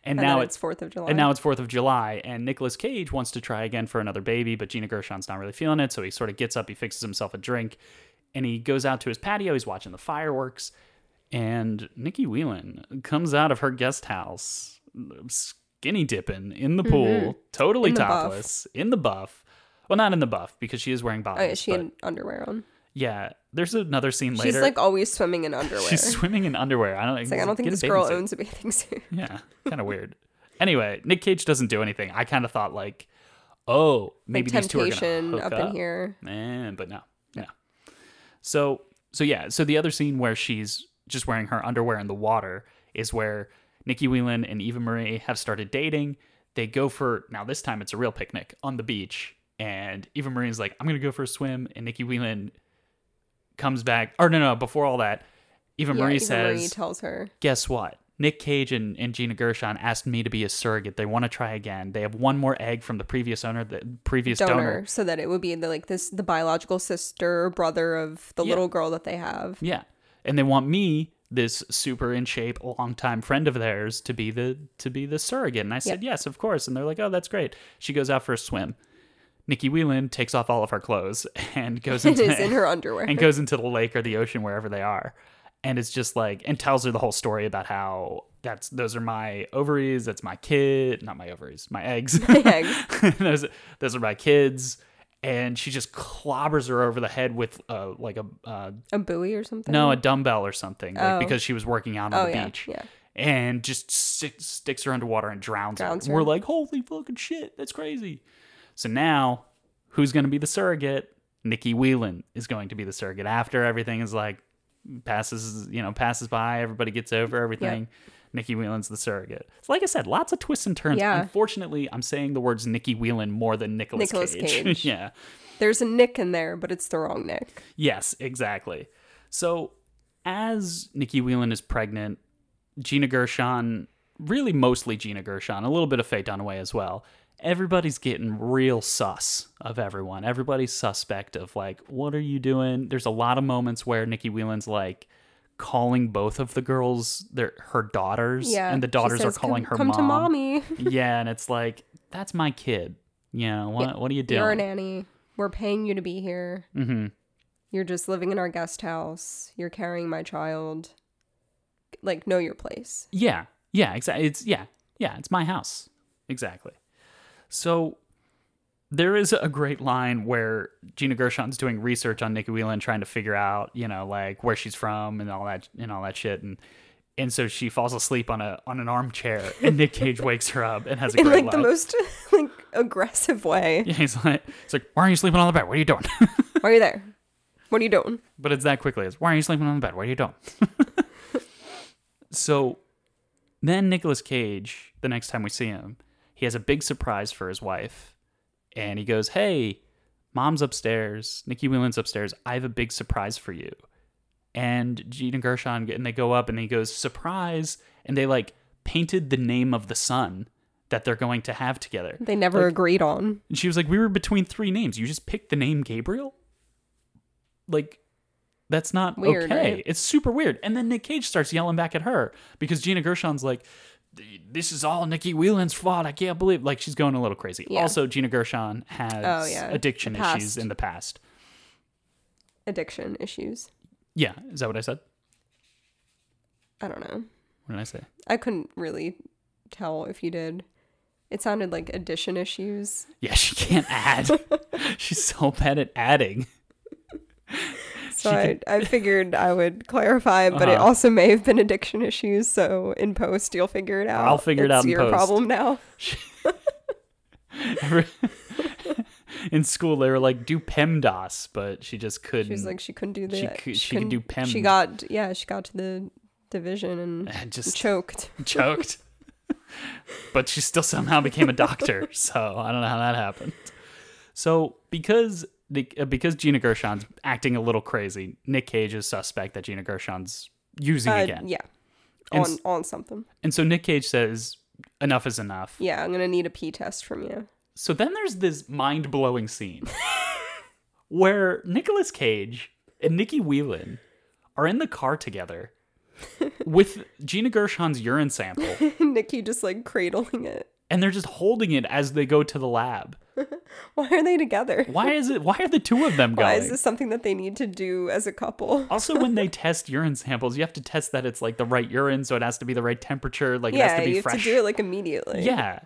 S3: And
S1: now
S3: then
S1: it's
S3: it's Fourth of July.
S1: And now it's 4th of July, and Nicolas Cage wants to try again for another baby, but Gina Gershon's not really feeling it. So he sort of gets up, he fixes himself a drink, and he goes out to his patio. He's watching the fireworks, and Nikki Whelan comes out of her guest house, skinny dipping in the pool, totally
S3: Mm-hmm. In the buff.
S1: topless, in the buff. Well, not in the buff because she is wearing bottoms.
S3: Oh, yeah, she
S1: but
S3: had underwear on.
S1: yeah, there's another scene later.
S3: She's like always swimming in
S1: <laughs>
S3: underwear.
S1: she's swimming in underwear. I don't.
S3: it's like I don't think
S1: get a
S3: this
S1: bathing
S3: girl
S1: suit.
S3: owns a bathing suit.
S1: Yeah, kind of weird. Anyway, Nick Cage doesn't do anything. I kind of thought like, oh, maybe
S3: like
S1: these two are
S3: temptation
S1: gonna hook
S3: up,
S1: up,
S3: in here.
S1: Man, but no, no. So, so yeah. So the other scene where she's just wearing her underwear in the water is where Nikki Whelan and Eva Marie have started dating. They go for now. This time it's a real picnic on the beach, and Eva Marie's like, "I'm gonna go for a swim," and Nikki Whelan comes back. Or no, no. Before all that, Eva
S3: Yeah,
S1: Marie
S3: Eva
S1: says,
S3: Marie tells her.
S1: guess what? Nick Cage and, and Gina Gershon asked me to be a surrogate. They want to try again. They have one more egg from the previous owner, the previous donor.
S3: donor, so that it would be the, like this the biological sister or brother of the
S1: Yeah.
S3: little girl that
S1: <laughs>
S3: they have. <laughs>
S1: Yeah. And they want me, this super in shape, longtime friend of theirs, to be the to be the surrogate. And I said, Yes, of course. And they're like, Oh, that's great. She goes out for a swim. Nikki Whelan takes off all of her clothes <laughs> and goes
S3: <laughs> It
S1: into
S3: is in her <laughs> underwear.
S1: and goes into the lake or the ocean wherever they are and it's just like and tells her the whole story about how that's those are my ovaries that's my kid not my ovaries my eggs <laughs>
S3: eggs.
S1: those, those are my kids and she just clobbers her over the head with uh, like a uh,
S3: a buoy or something.
S1: no a dumbbell or something like,
S3: Oh.
S1: because she was working out on
S3: Oh
S1: the
S3: yeah,
S1: beach
S3: yeah.
S1: and just stick, sticks her underwater and drowns,
S3: Drowns
S1: her.
S3: her.
S1: We're like, holy fucking shit, that's crazy. So now, who's going to be the surrogate? Nikki Whelan is going to be the surrogate after everything is like passes, you know, passes by, everybody gets over everything. Nikki Whelan's the surrogate. So like I said, lots of twists and turns.
S3: Yeah.
S1: Unfortunately, I'm saying the words Nikki Whelan more than Nicolas
S3: Nicolas
S1: Cage. <laughs>
S3: Cage.
S1: yeah.
S3: There's a Nick in there, but it's the wrong Nick.
S1: Yes, exactly. So, as Nikki Whelan is pregnant, Gina Gershon, really mostly Gina Gershon, a little bit of Faye Dunaway as well, everybody's getting real sus of everyone. Everybody's suspect of, like, what are you doing? There's a lot of moments where Nikki Whelan's like, calling both of the girls their her daughters
S3: Yeah,
S1: and the
S3: she
S1: daughters
S3: says,
S1: are calling
S3: come,
S1: her
S3: come
S1: mom
S3: to mommy. <laughs>
S1: yeah and it's like that's my kid you know what what are you doing
S3: You're a nanny. We're paying you to be here.
S1: mm-hmm.
S3: You're just living in our guest house. You're carrying my child. Like, know your place.
S1: Yeah. Yeah, exactly. It's yeah. Yeah, it's my house. Exactly. So there is a great line where Gina Gershon's doing research on Nikki Whelan trying to figure out, you know, like where she's from and all that and all that shit and and so she falls asleep on a on an armchair and Nick Cage wakes her up and has a
S3: <laughs> In
S1: great
S3: like the
S1: line.
S3: most like aggressive way.
S1: <laughs> yeah, he's like, it's like, why are you sleeping on the bed? What are you doing? <laughs>
S3: Why are you there? What are you doing?
S1: but it's that quickly. It's why are you sleeping on the bed? What are you doing? <laughs> so then Nicolas Cage, the next time we see him, he has a big surprise for his wife. And he goes, Hey, mom's upstairs. Nikki Whelan's upstairs. I have a big surprise for you. And Gene and Gershon, get- and they go up and he goes, Surprise. And they like painted the name of the son that they're going to have together.
S3: They never agreed on.
S1: And she was like, We were between three names. You just picked the name Gabriel? Like, that's not
S3: Weird,
S1: okay.
S3: right?
S1: It's super weird. And then Nick Cage starts yelling back at her because Gina Gershon's like, This is all Nikki Whelan's fault. I can't believe. Like, she's going a little crazy.
S3: Yeah.
S1: Also, Gina Gershon has
S3: Oh, yeah.
S1: addiction
S3: The past.
S1: issues in the past.
S3: Addiction issues.
S1: Yeah. Is that what I said?
S3: I don't know.
S1: What did I say?
S3: I couldn't really tell if you did. It sounded like
S1: <laughs>
S3: addition issues.
S1: Yeah, she
S3: <laughs>
S1: can't add. she's so bad at adding. <laughs>
S3: So
S1: She
S3: I, I figured I would clarify, but it
S1: Uh-huh.
S3: also may have been addiction issues. So in post, you'll figure it out.
S1: I'll figure it
S3: It's
S1: out in
S3: your
S1: post.
S3: problem now.
S1: Every- in school, they were like, Do PEMDAS, but she just couldn't.
S3: She was like, she couldn't do
S1: She
S3: that.
S1: cou- she could do
S3: couldn't- She
S1: PEMD.
S3: got yeah, she got to the
S1: <laughs>
S3: division and
S1: and just
S3: choked.
S1: <laughs> choked. but she still somehow became a doctor, <laughs> so I don't know how that happened. So because Nick, uh, because Gina Gershon's acting a little crazy, Nick Cage is suspect that Gina Gershon's using
S3: Uh,
S1: again,
S3: yeah,
S1: And
S3: on
S1: s-
S3: on something.
S1: and so Nick Cage says, "Enough is enough."
S3: Yeah, I'm gonna need a pee test from you. <laughs>
S1: So then there's this mind blowing scene <laughs> where Nicolas Cage and Nikki Whelan are in the car
S3: <laughs>
S1: together with Gina Gershon's urine sample
S3: <laughs> Nikki just like cradling it. <laughs>
S1: and they're just holding it as they go to the lab.
S3: Why are they together?
S1: Why is it? Why are the two of them going?
S3: Why is this something that they need to do as a couple?
S1: <laughs> also, when they test urine samples, you have to test that it's like the right urine, so it has to be the right temperature. Like it has
S3: yeah,
S1: to be
S3: you have
S1: fresh.
S3: to do it like immediately.
S1: Yeah.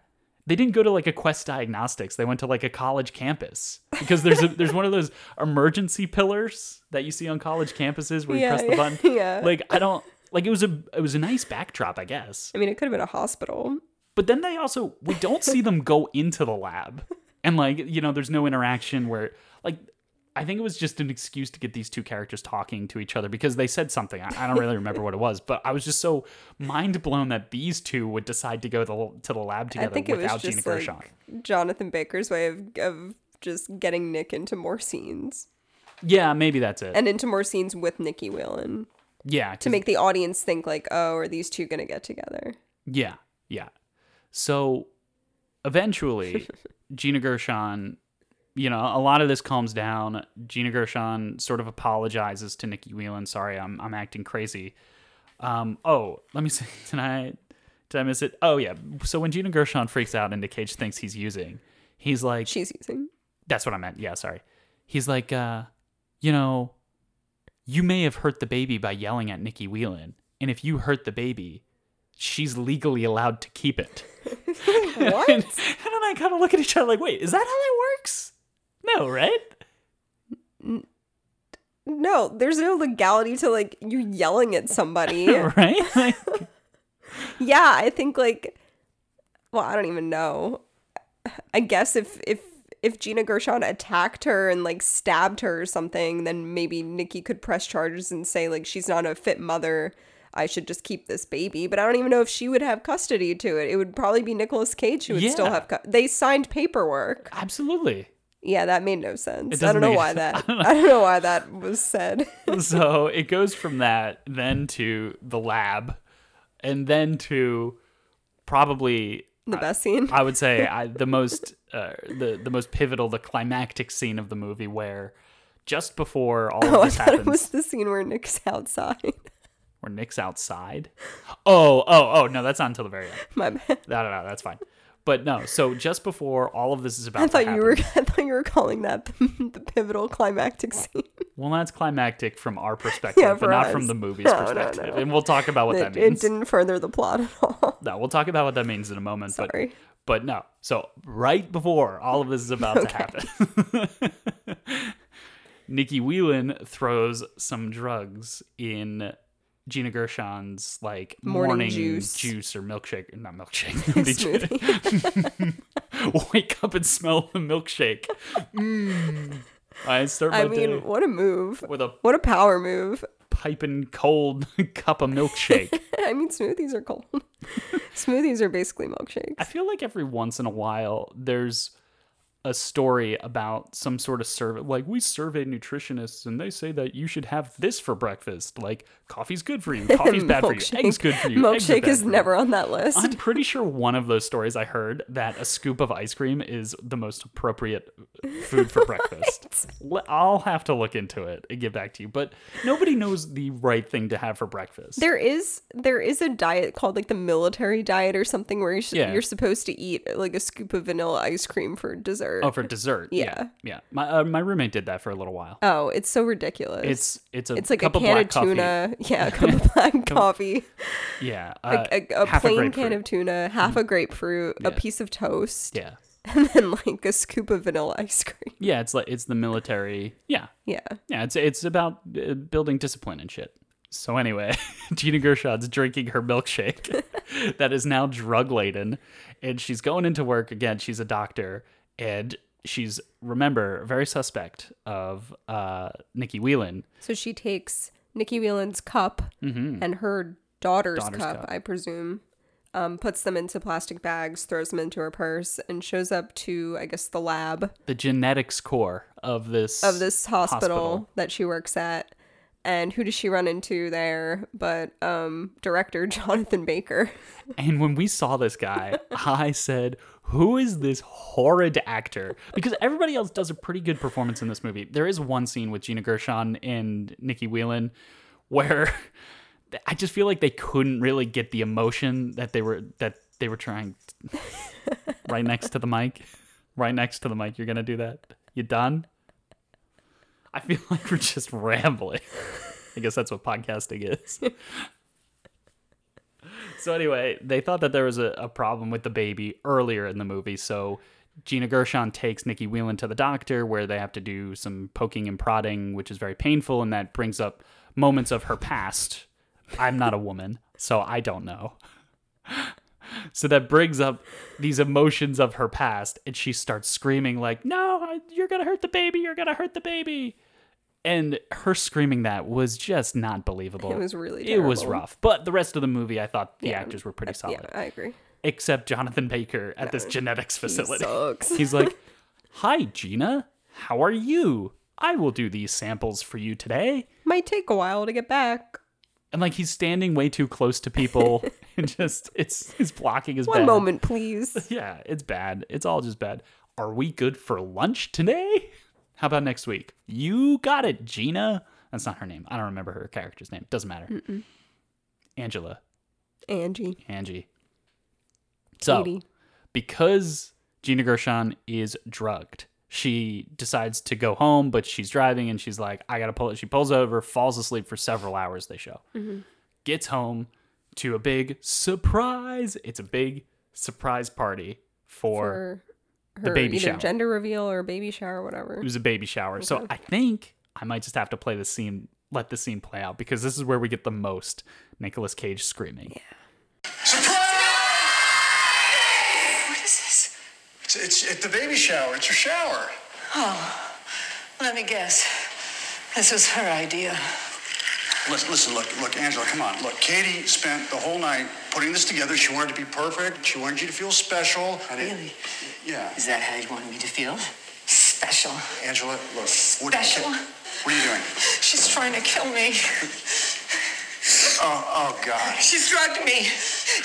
S1: They didn't go to like a Quest Diagnostics. They went to like a college campus because there's
S3: <laughs>
S1: a, there's one of those emergency pillars that you see on college campuses where you
S3: Yeah,
S1: press the
S3: yeah,
S1: button.
S3: <laughs> yeah.
S1: Like I don't like it was a it was a nice backdrop, I guess.
S3: I mean, it could have been a hospital.
S1: But then they also we don't see them go into the lab. And like, you know, there's no interaction where like I think it was just an excuse to get these two characters talking to each other because they said something. I, I don't really remember what it was, but I was just so mind blown that these two would decide to go to the, to the lab
S3: I
S1: together
S3: think it was
S1: without Gina
S3: just
S1: Gershon.
S3: like Jonathan Baker's way of of just getting Nick into more scenes
S1: Yeah, maybe that's it.
S3: and into more scenes with Nikki Whelan
S1: yeah,
S3: to make the audience think like, oh, are these two gonna get together?
S1: yeah, yeah. So eventually, Gina Gershon, you know, a lot of this calms down. Gina Gershon sort of apologizes to Nikki Whelan. Sorry, I'm I'm acting crazy. Um, oh, let me <laughs> see. Did I did I miss it? Oh yeah. So when Gina Gershon freaks out and Nick Cage thinks he's using, he's like,
S3: She's
S1: <laughs>
S3: using.
S1: That's what I meant. Yeah, sorry. He's like, uh, you know, you may have hurt the baby by yelling at Nikki Whelan, and if you hurt the baby, she's legally allowed to keep it.
S3: what?
S1: And, and then I kind of look at each other like, wait, is that how that works? No, right?
S3: No, there's no legality to like you yelling at somebody.
S1: <laughs> Right? Like,
S3: yeah, I think like well, I don't even know. I guess if if if Gina Gershon attacked her and like stabbed her or something, then maybe Nikki could press charges and say like she's not a fit mother. I should just keep this baby, but I don't even know if she would have custody to it. It would probably be Nicolas Cage who would still
S1: Yeah.
S3: have. Cu- they signed paperwork.
S1: absolutely.
S3: Yeah, that made no sense. I
S1: doesn't
S3: don't know
S1: make
S3: why
S1: <laughs> any-
S3: that. I don't know why that was said.
S1: so it goes from that then to the lab and then to probably
S3: the best scene.
S1: I would say I, the most uh, the the most pivotal, the climactic scene of the movie, where just before all
S3: <laughs> Oh,
S1: of
S3: I
S1: this
S3: thought
S1: happens,
S3: it was the scene where Nick's outside. <laughs>
S1: where Nick's outside. Oh, oh, oh! No, that's not until the very end.
S3: My bad.
S1: No, no, no, that's fine. But no, so just before all of this is about,
S3: I
S1: to
S3: thought you were. <laughs> I
S1: happen-
S3: thought you were calling that <laughs> the, the pivotal climactic scene.
S1: Well, that's climactic from our perspective,
S3: <laughs> Yeah,
S1: but
S3: for
S1: not
S3: us.
S1: from the movie's
S3: <laughs> No, no,
S1: perspective.
S3: no.
S1: And we'll talk about what
S3: It,
S1: that
S3: it
S1: means.
S3: didn't further the plot at all. <laughs>
S1: No, we'll talk about what that means in a moment. But <laughs>
S3: Sorry.
S1: But no. So right before all of this is about to happen, <laughs> Nikki Whelan throws some drugs in Gina Gershon's like
S3: Morning
S1: morning,
S3: juice.
S1: juice. or milkshake, not <laughs> milkshake. <laughs> Wake up and smell the milkshake. Mm. I start my
S3: I mean,
S1: day
S3: what a move!
S1: with a
S3: What a power move! <laughs>
S1: piping cold <laughs> cup of milkshake.
S3: I mean, smoothies are cold. <laughs> smoothies are basically milkshakes.
S1: I feel like every once in a while there's a story about some sort of survey. Like we surveyed nutritionists, and they say that you should have this for breakfast. Like coffee's good for
S3: <laughs>
S1: you, <laughs> coffee's bad for you,
S3: Milkshake-
S1: eggs good for you. eggs are
S3: Milkshake
S1: bad
S3: is
S1: for you.
S3: never on that list.
S1: <laughs> I'm pretty sure one of those stories I heard that a scoop of ice cream is the most appropriate food
S3: <laughs>
S1: for breakfast. Le- I'll have to look into it and get back to you. But nobody knows the right thing to have for breakfast.
S3: There is there is a diet called like the military diet or something where you should,
S1: Yeah.
S3: you're supposed to eat like a scoop of vanilla ice cream for dessert.
S1: Oh, for dessert.
S3: Yeah.
S1: yeah. yeah. My uh, my roommate did that for a little while.
S3: Oh, it's so ridiculous.
S1: It's it's a
S3: it's like a
S1: cup
S3: can
S1: black
S3: of
S1: <laughs>
S3: tuna. Yeah, a cup of black coffee.
S1: coffee. Yeah, uh,
S3: A, a, a
S1: half
S3: plain
S1: grapefruit. Mm-hmm.
S3: can of tuna, half a grapefruit, a
S1: Yeah.
S3: piece of toast,
S1: yeah,
S3: <laughs> and then like a scoop of vanilla ice cream. <laughs>
S1: yeah. It's like it's the military. Yeah,
S3: Yeah.
S1: yeah. It's it's about uh, building discipline and shit. So anyway, <laughs> Gina Gershon's drinking her milkshake <laughs> that is now drug laden, and she's going into work again. She's a doctor, and she's remember very suspect of uh, Nikki Whelan.
S3: So she takes Nikki Whelan's cup and her daughter's,
S1: Mm-hmm. Daughter's
S3: cup,
S1: cup.
S3: I presume, um, puts them into plastic bags, throws them into her purse, and shows up to, I guess, the lab
S1: the genetics core of this
S3: of this hospital,
S1: Hospital.
S3: that she works at. And who does she run into there? But um, director <laughs> Jonathan Baker. <laughs>
S1: And when we saw this guy, I said, Who is this horrid actor? Because everybody else does a pretty good performance in this movie. There is one scene with Gina Gershon and Nikki Whelan where <laughs> I just feel like they couldn't really get the emotion that they were that they were trying right next to the mic. right next to the mic. You're gonna do that. You done? I feel like we're just rambling. I guess that's what podcasting is. <laughs> so anyway, they thought that there was a, a problem with the baby earlier in the movie, so Gina Gershon takes Nikki Whelan to the doctor where they have to do some poking and prodding, which is very painful, and that brings up moments of her past. I'm not a woman, so I don't know. <laughs> So that brings up these emotions of her past, and she starts screaming like, "No, I- you're gonna hurt the baby! You're gonna hurt the baby!" And her screaming that was just not believable.
S3: It was really
S1: it was
S3: terrible.
S1: rough. But the rest of the movie, I thought the
S3: Yeah.
S1: actors were pretty solid,
S3: Yeah, I agree.
S1: except Jonathan Baker at this genetics facility.
S3: sucks.
S1: <laughs> He's like, "Hi, Gina. How are you? I will do these samples for you today."
S3: Might take a while to get back.
S1: And like he's standing way too close to
S3: <laughs>
S1: people, and just it's he's blocking his
S3: One
S1: bed.
S3: moment,
S1: <laughs>
S3: please.
S1: Yeah, it's bad. It's all just bad. Are we good for lunch today? How about next week? You got it, Gina. That's not her name. I don't remember her character's name. Doesn't matter. Angela,
S3: Angie.
S1: Angie. So,
S3: Katie.
S1: because Gina Gershon is drugged, she decides to go home, but she's driving and she's like, I gotta pull it. She pulls over, falls asleep for several hours, they show. Gets home to a big surprise. It's a big surprise party for
S3: for her
S1: baby
S3: either
S1: shower.
S3: gender reveal or baby shower, whatever.
S1: it was a baby shower. So I think I might just have to play the scene, let the scene play out because this is where we get the most Nicolas Cage screaming.
S4: Surprise!
S2: What is this?
S4: It's, it's at the baby shower. It's your shower.
S2: Let me guess. This was her idea.
S4: Listen, listen, look, look, Angela, come on. Look, Katie spent the whole night putting this together. She wanted to be perfect. She wanted you to feel special. And it-
S2: Really?
S4: Yeah.
S2: Is that how you wanted me to feel? Special.
S4: Angela, look. What,
S2: Special?
S4: What are you doing?
S2: She's trying to kill me.
S4: Oh, oh, God.
S2: She's drugged me.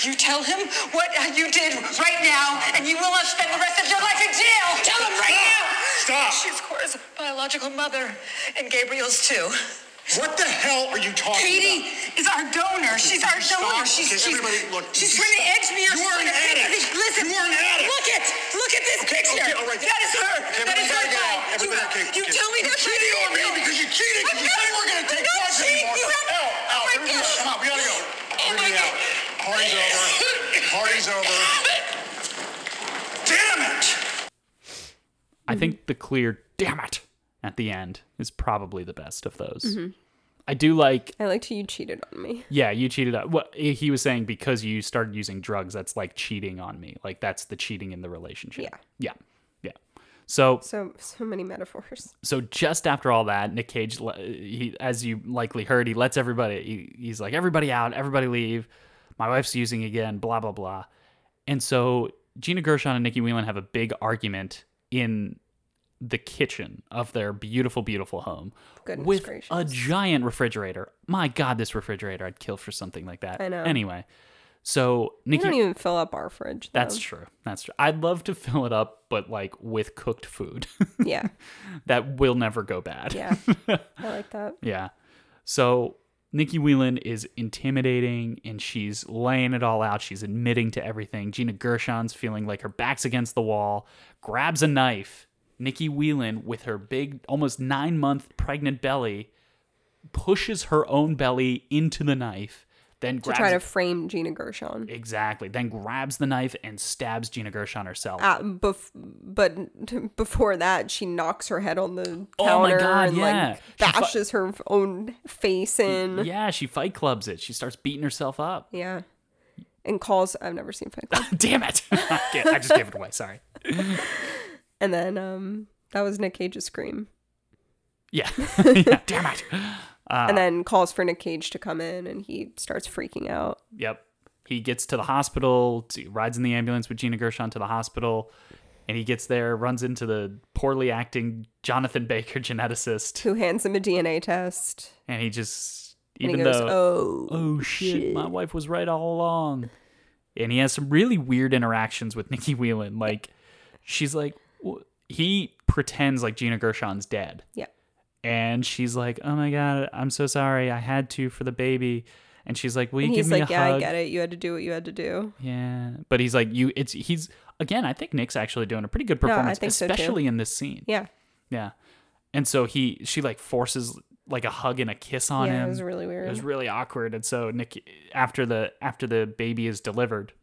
S2: You tell him what you did right now, and you will not spend the rest of your life in jail. Tell him right now.
S4: Stop.
S2: She's Cora's biological mother, and Gabriel's too.
S4: What the hell are you talking
S2: Katie is our donor. She's our
S4: Stop.
S2: donor. She's,
S4: Okay,
S2: she's,
S4: everybody, look,
S2: she's
S4: you-
S2: trying to edge me or
S4: you
S2: she's
S4: are
S2: trying
S4: an
S2: to fix
S4: addict.
S2: me. Listen.
S4: You are an addict.
S2: Look at, look at this
S4: okay,
S2: picture.
S4: all right.
S2: That is her.
S4: Okay,
S2: that
S4: everybody,
S2: is her child.
S4: okay, everybody,
S2: you,
S4: okay,
S2: you
S4: okay.
S2: tell me
S4: You're
S2: that's not
S4: cheating on me
S2: Gabriel.
S4: because you cheated, 'cause you
S2: I'm
S4: said
S2: not-
S4: we're gonna take
S2: I'm not
S4: drugs
S2: cheating.
S4: anymore.
S2: You have-
S4: Al, Al,
S2: Oh my
S4: everybody,
S2: God.
S4: come on, we gotta go.
S2: <laughs> Oh
S4: We're
S2: my
S4: gonna be
S2: God.
S4: out. Party's
S2: <laughs>
S4: over. Party's over. Damn it!
S1: I think the clear "damn it" at the end is probably the best of those. I do like,
S3: I liked how you cheated on me.
S1: yeah, you cheated. on- What eh, he was saying because you started using drugs, that's like cheating on me. Like that's the cheating in the relationship.
S3: Yeah.
S1: yeah, yeah. So
S3: So so
S1: <laughs>
S3: many metaphors.
S1: so just after all that, Nick Cage, le- he, as you likely heard, he lets everybody. He, he's like, everybody out, everybody leave. My wife's using again. Blah blah blah. And so Gina Gershon and Nikki Whelan have a big argument in the kitchen of their beautiful, beautiful home
S3: Goodness
S1: with
S3: gracious.
S1: a giant refrigerator. My God, this refrigerator! I'd kill for something like that.
S3: I know.
S1: Anyway, so
S3: we
S1: Nikki,
S3: don't even fill up our fridge.
S1: that's true. That's true. I'd love to fill it up, but like with cooked food <laughs>
S3: though. yeah.
S1: that will never go bad. <laughs>
S3: Yeah. I like that.
S1: Yeah. So Nikki Whelan is intimidating and she's laying it all out. She's admitting to everything. Gina Gershon's feeling like her back's against the wall, grabs a knife. Nikki Whelan, with her big, almost nine month pregnant belly, pushes her own belly into the knife, then
S3: To
S1: grabs
S3: try to frame Gina Gershon.
S1: exactly, then grabs the knife and stabs Gina Gershon herself.
S3: Uh, bef- but before that, she knocks her head on the counter
S1: Oh my God,
S3: and
S1: yeah.
S3: like
S1: She fu-
S3: bashes her own face in. Yeah.
S1: yeah, she fight clubs it. She starts beating herself up.
S3: And calls. I've never seen Fight Club.
S1: <laughs> Damn it! I can't- I just gave it away. Sorry.
S3: and then um, that was Nick Cage's scream. <laughs>
S1: Yeah. <laughs> yeah. Damn it. Ah.
S3: and then calls for Nick Cage to come in, and he starts freaking out.
S1: Yep. He gets to the hospital, to, rides in the ambulance with Gina Gershon to the hospital, and he gets there, runs into the poorly acting Jonathan Baker <laughs> geneticist,
S3: Who hands him a DNA test?
S1: and he just,
S3: And
S1: even
S3: he goes,
S1: though,
S3: "Oh,
S1: oh shit, my wife was right all along. And he has some really weird interactions with Nikki Whelan. Like, she's like, w- he pretends like Gina Gershon's dead.
S3: yeah."
S1: and she's like, "Oh my god, I'm so sorry. I had to for the baby." And she's like, "Will you
S3: And
S1: give
S3: he's
S1: me
S3: like,
S1: a
S3: "Yeah,
S1: hug?"
S3: I get it. You had to do what you had to do."
S1: Yeah, but he's like, "You." It's he's again, I think Nick's actually doing a pretty good
S3: I
S1: performance,
S3: think so, too.
S1: especially in this scene.
S3: Yeah.
S1: Yeah. And so he she like forces like a hug and a kiss on
S3: Yeah,
S1: him.
S3: it was really weird.
S1: It was really awkward. And so Nick after the after the baby is delivered,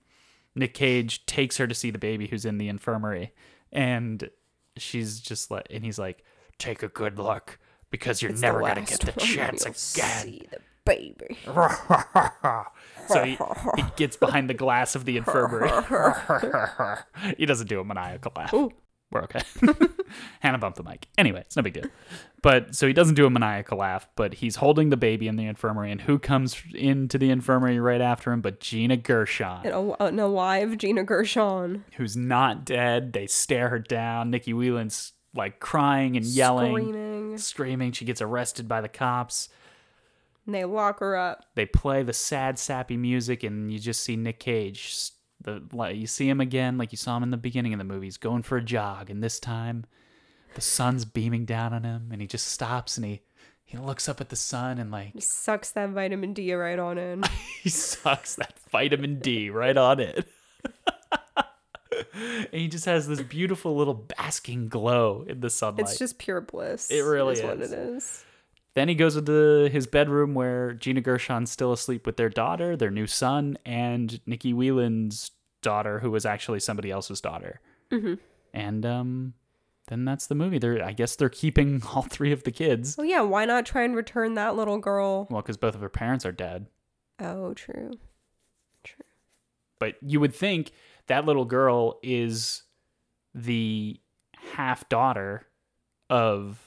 S1: Nick Cage takes her to see the baby who's in the infirmary. And she's just like and he's like, Take a good look because you're never gonna get the chance again. Oh.
S3: See the baby.
S1: so he, he gets behind the glass of the infirmary. <laughs> he doesn't do a maniacal laugh. We're okay. <laughs> Hannah bumped the mic. Anyway, it's no big deal. But so he doesn't do a maniacal laugh, but he's holding the baby in the infirmary, and who comes into the infirmary right after him but Gina Gershon,
S3: An, al- an alive Gina Gershon
S1: who's not dead. They stare her down. Nikki Whelan's like crying and yelling,
S3: screaming.
S1: screaming. She gets arrested by the cops.
S3: And they lock her up.
S1: they play the sad sappy music and you just see Nick Cage s- the like you see him again like you saw him in the beginning of the movie he's going for a jog and this time the sun's beaming down on him and he just stops and he he looks up at the sun and like <laughs>
S3: He sucks that vitamin D right on in.
S1: he sucks that vitamin D right on it. <laughs> and he just has this beautiful little basking glow in the sunlight.
S3: It's just pure bliss.
S1: It really
S3: is, what
S1: is.
S3: it is.
S1: Then he goes into his bedroom where Gina Gershon's still asleep with their daughter, their new son, and Nikki Whelan's daughter, who was actually somebody else's daughter. Mm-hmm. And um, then that's the movie. They're I guess they're keeping <laughs> all three of the kids.
S3: Well, yeah. Why not try and return that little girl?
S1: Well, because both of her parents are dead.
S3: Oh, true. True.
S1: But you would think that little girl is the half daughter of,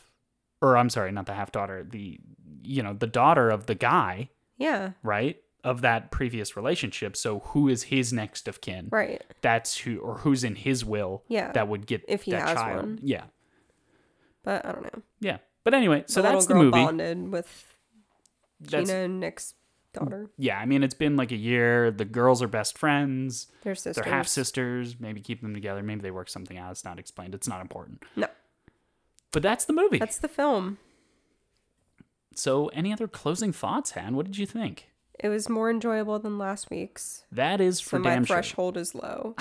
S1: or I'm sorry, not the half daughter. The you know the daughter of the guy
S3: Yeah.
S1: right of that previous relationship so who is his next of kin
S3: Right.
S1: that's who or who's in his will
S3: Yeah,
S1: that would get
S3: if he
S1: that
S3: has
S1: child
S3: one.
S1: yeah
S3: But I don't know.
S1: yeah but anyway so
S3: little
S1: that's the
S3: girl
S1: movie
S3: bonded with
S1: That's-
S3: Gina and Nick's daughter.
S1: yeah i mean it's been like a year the girls are best friends
S3: Their sister.
S1: they're half sisters maybe keep them together maybe they work something out it's not explained it's not important
S3: No.
S1: but that's the movie
S3: That's the film.
S1: so any other closing thoughts han what did you think
S3: It was more enjoyable than last week's.
S1: that is for
S3: So my
S1: damn sure
S3: threshold is low.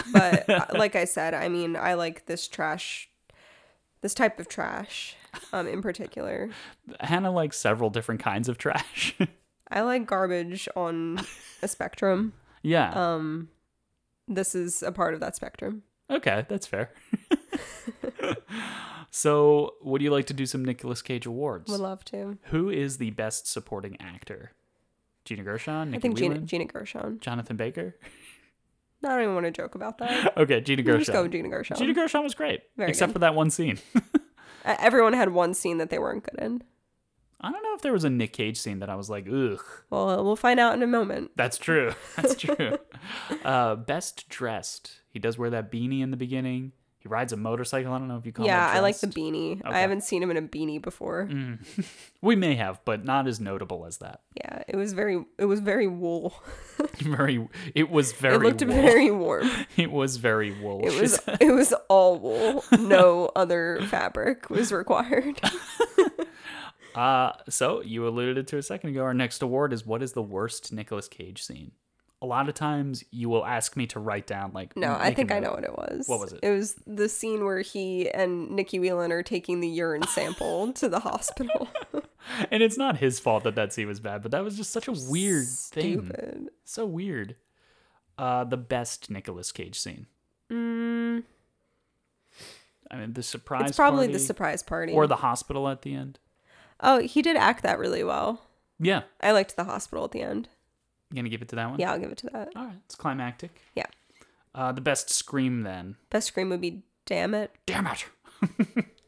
S1: <laughs>
S3: But uh, like I said, I mean, I like this trash, this type of trash um, in particular.
S1: hannah likes several different kinds of trash <laughs>
S3: I like garbage on a spectrum.
S1: yeah
S3: Um, this is a part of that spectrum.
S1: Okay, that's
S3: <laughs>
S1: fair. so, would you like to do some Nicolas Cage awards?
S3: Would love to.
S1: Who is the best supporting actor? Gina Gershon, Nikki
S3: I think Gina,
S1: Whelan,
S3: Gina Gershon.
S1: Jonathan Baker. <laughs>
S3: No, I don't even want to joke about that.
S1: Okay, Gina
S3: We'll just go
S1: Gershon.
S3: with Gina Gershon.
S1: Gina Gershon was great,
S3: Very
S1: except
S3: good.
S1: for that one scene. <laughs>
S3: Uh, Everyone had one scene that they weren't good in.
S1: I don't know if there was a Nick Cage scene that I was like, ugh,
S3: Well, we'll find out in a moment.
S1: that's true. <laughs> That's
S3: <laughs>
S1: true. uh, best dressed. He does wear that beanie in the beginning. He rides a motorcycle. I don't know if you call
S3: yeah,
S1: that
S3: I like the
S1: dressed.
S3: beanie.
S1: Okay. Mm.
S3: I haven't seen him in a beanie before.
S1: We may have, but not as notable as that. <laughs>
S3: Yeah, it was very it was very wool. <laughs>
S1: Very. It was very.
S3: it looked
S1: wool.
S3: very warm.
S1: <laughs> It was very wool.
S3: It
S1: she <laughs>
S3: was
S1: said.
S3: it was all
S1: <laughs>
S3: wool. No other fabric was required. <laughs>
S1: Uh, so you alluded to a second ago. Our next award is what is the worst Nicolas Cage scene? A lot of times you will ask me to write down like.
S3: No,
S1: m-
S3: I
S1: make a
S3: think I
S1: note.
S3: know what it was.
S1: What was it?
S3: It was the scene where he and Nikki Whelan are taking
S1: <laughs>
S3: the urine sample to the hospital.
S1: And it's not his fault that that scene was bad, but that was just such a weird thing.
S3: Stupid.
S1: So weird. Uh, the best Nicolas Cage scene.
S3: Mm,
S1: I mean, the surprise.
S3: it's probably
S1: party
S3: the surprise party.
S1: Or the hospital at the end.
S3: oh, he did act that really well.
S1: Yeah,
S3: I liked the hospital at the end.
S1: you gonna give it to that one.
S3: Yeah, I'll give it to that.
S1: All right, it's climactic.
S3: Yeah.
S1: Uh, the best scream then.
S3: Best scream would be "Damn it."
S1: damn it. <laughs>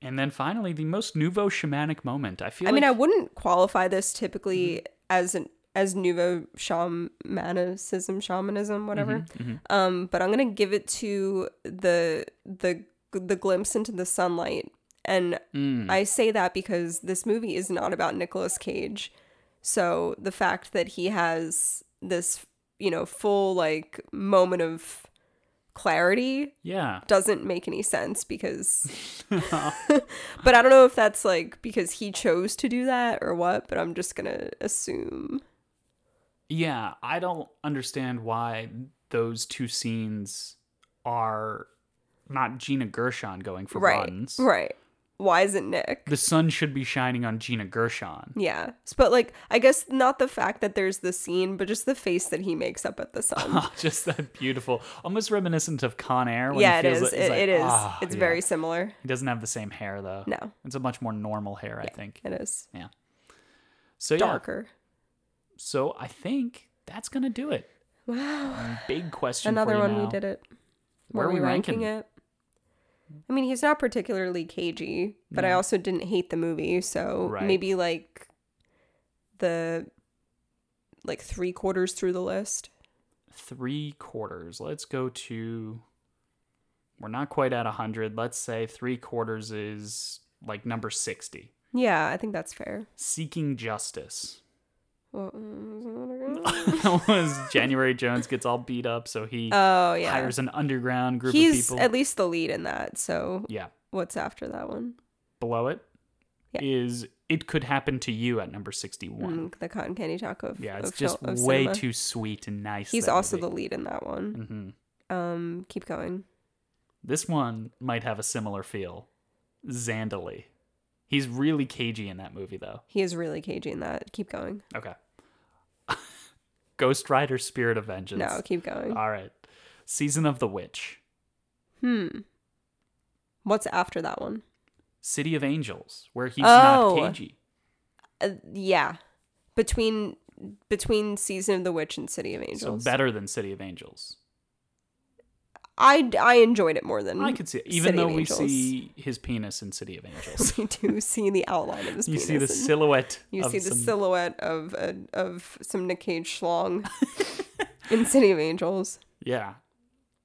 S1: and then finally, the most nouveau shamanic moment. I feel
S3: I mean, I
S1: like Mm-hmm.
S3: wouldn't qualify this typically as an as nouveau shamanism, shamanism, whatever.
S1: Mm-hmm.
S3: Um, but I'm gonna give it to the the the glimpse into the sunlight, and
S1: Mm.
S3: I say that because this movie is not about Nicolas Cage, so the fact that he has this you know full like moment of clarity
S1: yeah.
S3: doesn't make any
S1: <laughs>
S3: sense because <laughs> but i don't know if that's like because he chose to do that or what but i'm just gonna assume
S1: Yeah, I don't understand why those two scenes are not Gina Gershon going for
S3: Right.
S1: Roddens.
S3: Right. Why isn't Nick?
S1: The sun should be shining on Gina Gershon. <laughs>
S3: Yeah. S- But like I guess not the fact that there's the scene, but just the face that he makes up at the sun.
S1: Ah, Just that beautiful, almost reminiscent of Con Air. <laughs> When
S3: yeah,
S1: he
S3: it
S1: feels
S3: is.
S1: like- he's
S3: it,
S1: like,
S3: it is.
S1: "Ah,"
S3: it's
S1: yeah.
S3: very similar.
S1: He doesn't have the same hair though.
S3: No.
S1: it's a much more normal hair, I think.
S3: It is.
S1: Yeah. So yeah.
S3: Darker.
S1: So I think that's gonna do it.
S3: Wow.
S1: Big question. for
S3: Another
S1: you
S3: one we
S1: now.
S3: did it.
S1: Where
S3: Were
S1: are
S3: we
S1: we
S3: ranking
S1: ranking?
S3: it? I mean, he's not particularly cagey, but I also didn't hate the movie, so
S1: Right.
S3: maybe like the like three quarters through the list.
S1: three quarters. Let's go to. We're not quite at 100. Let's say three quarters is like number 60.
S3: Yeah, I think that's fair.
S1: Seeking Justice. <laughs>
S3: Well, mm,
S1: that was January Jones gets all beat up, so he
S3: Oh yeah,
S1: hires an underground group
S3: he's
S1: of people.
S3: at least the lead in that. So
S1: yeah.
S3: what's after that one?
S1: Below it
S3: Yeah.
S1: is It Could Happen to You at number 61.
S3: Mm, the cotton candy taco. Of,
S1: Yeah, it's
S3: of fil-
S1: just
S3: of
S1: way
S3: cinema.
S1: too sweet and nice.
S3: He's
S1: that
S3: also
S1: movie.
S3: the lead in that one.
S1: Mhm.
S3: Um, keep going.
S1: This one might have a similar feel. Zandali. He's really cagey in that movie, though.
S3: He is really cagey in that. Keep going.
S1: Okay. <laughs> Ghost Rider Spirit of Vengeance.
S3: No, keep going.
S1: All right. Season of the Witch.
S3: Hmm. What's after that one?
S1: City of Angels, where he's
S3: Oh.
S1: not cagey.
S3: Uh, yeah, between between season of the witch and city of
S1: So
S3: angels.
S1: better than City of Angels.
S3: I I enjoyed it more than
S1: I could see it, even
S3: Mm, City
S1: though
S3: of
S1: we
S3: Angels. <laughs>
S1: see his penis in City of Angels.
S3: we do see the outline of his
S1: you
S3: penis.
S1: see the
S3: and-
S1: silhouette.
S3: You
S1: of
S3: see the
S1: some-
S3: silhouette of a, of some Nick Cage
S1: <laughs>
S3: schlong in City of Angels.
S1: Yeah.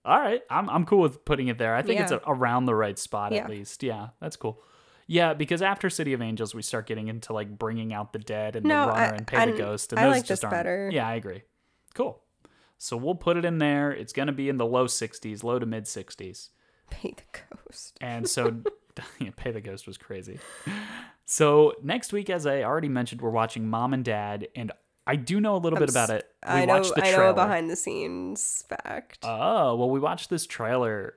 S1: All right. I'm I'm cool with putting it there. I think it's
S3: Yeah.
S1: a, around the right spot
S3: Yeah.
S1: at least. Yeah, that's cool. Yeah, because after City of Angels, we start getting into like bringing out the dead and
S3: No,
S1: the runner
S3: I-
S1: and pay
S3: I-
S1: the ghost, and
S3: I
S1: those
S3: like
S1: just
S3: this
S1: aren't.
S3: better.
S1: Yeah, I agree. Cool. So we'll put it in there. It's gonna be in the low 60s, low to mid 60s,
S3: Pay the ghost.
S1: and so
S3: <laughs>
S1: <laughs> yeah, pay the ghost was crazy. So next week, as I already mentioned, we're watching Mom and Dad, and I do know a little bit about it. We
S3: I know.
S1: watched the
S3: I know
S1: trailer.
S3: a behind the scenes fact.
S1: Oh, well, we watched this trailer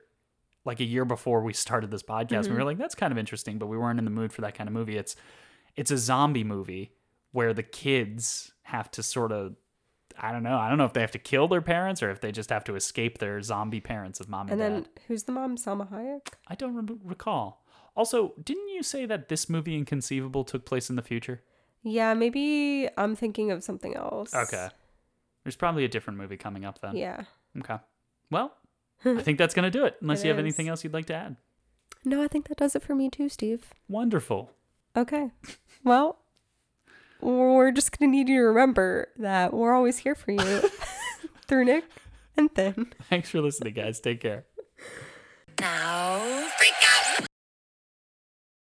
S1: like a year before we started this podcast. We were
S3: Mm-hmm.
S1: like, that's kind of interesting, but we weren't in the mood for that kind of movie. It's it's a zombie movie where the kids have to sort of I don't know. I don't know if they have to kill their parents or if they just have to escape their zombie parents of mom
S3: and
S1: and,
S3: then
S1: dad.
S3: who's the mom? Salma Hayek.
S1: I don't rem recall. Also, didn't you say that this movie Inconceivable took place in the future?
S3: Yeah, maybe I'm thinking of something else.
S1: Okay. There's probably a different movie coming up then.
S3: Yeah.
S1: Okay.
S3: <laughs>
S1: Well, I think that's going to do it unless
S3: It
S1: you have
S3: is.
S1: anything else you'd like to add.
S3: No, I think that does it for me too, Steve.
S1: Wonderful.
S3: Okay. Well, we're just gonna need you to remember that we're always here for you <laughs> through Nick and Thin.
S1: Thanks for listening, guys. Take care.
S2: Now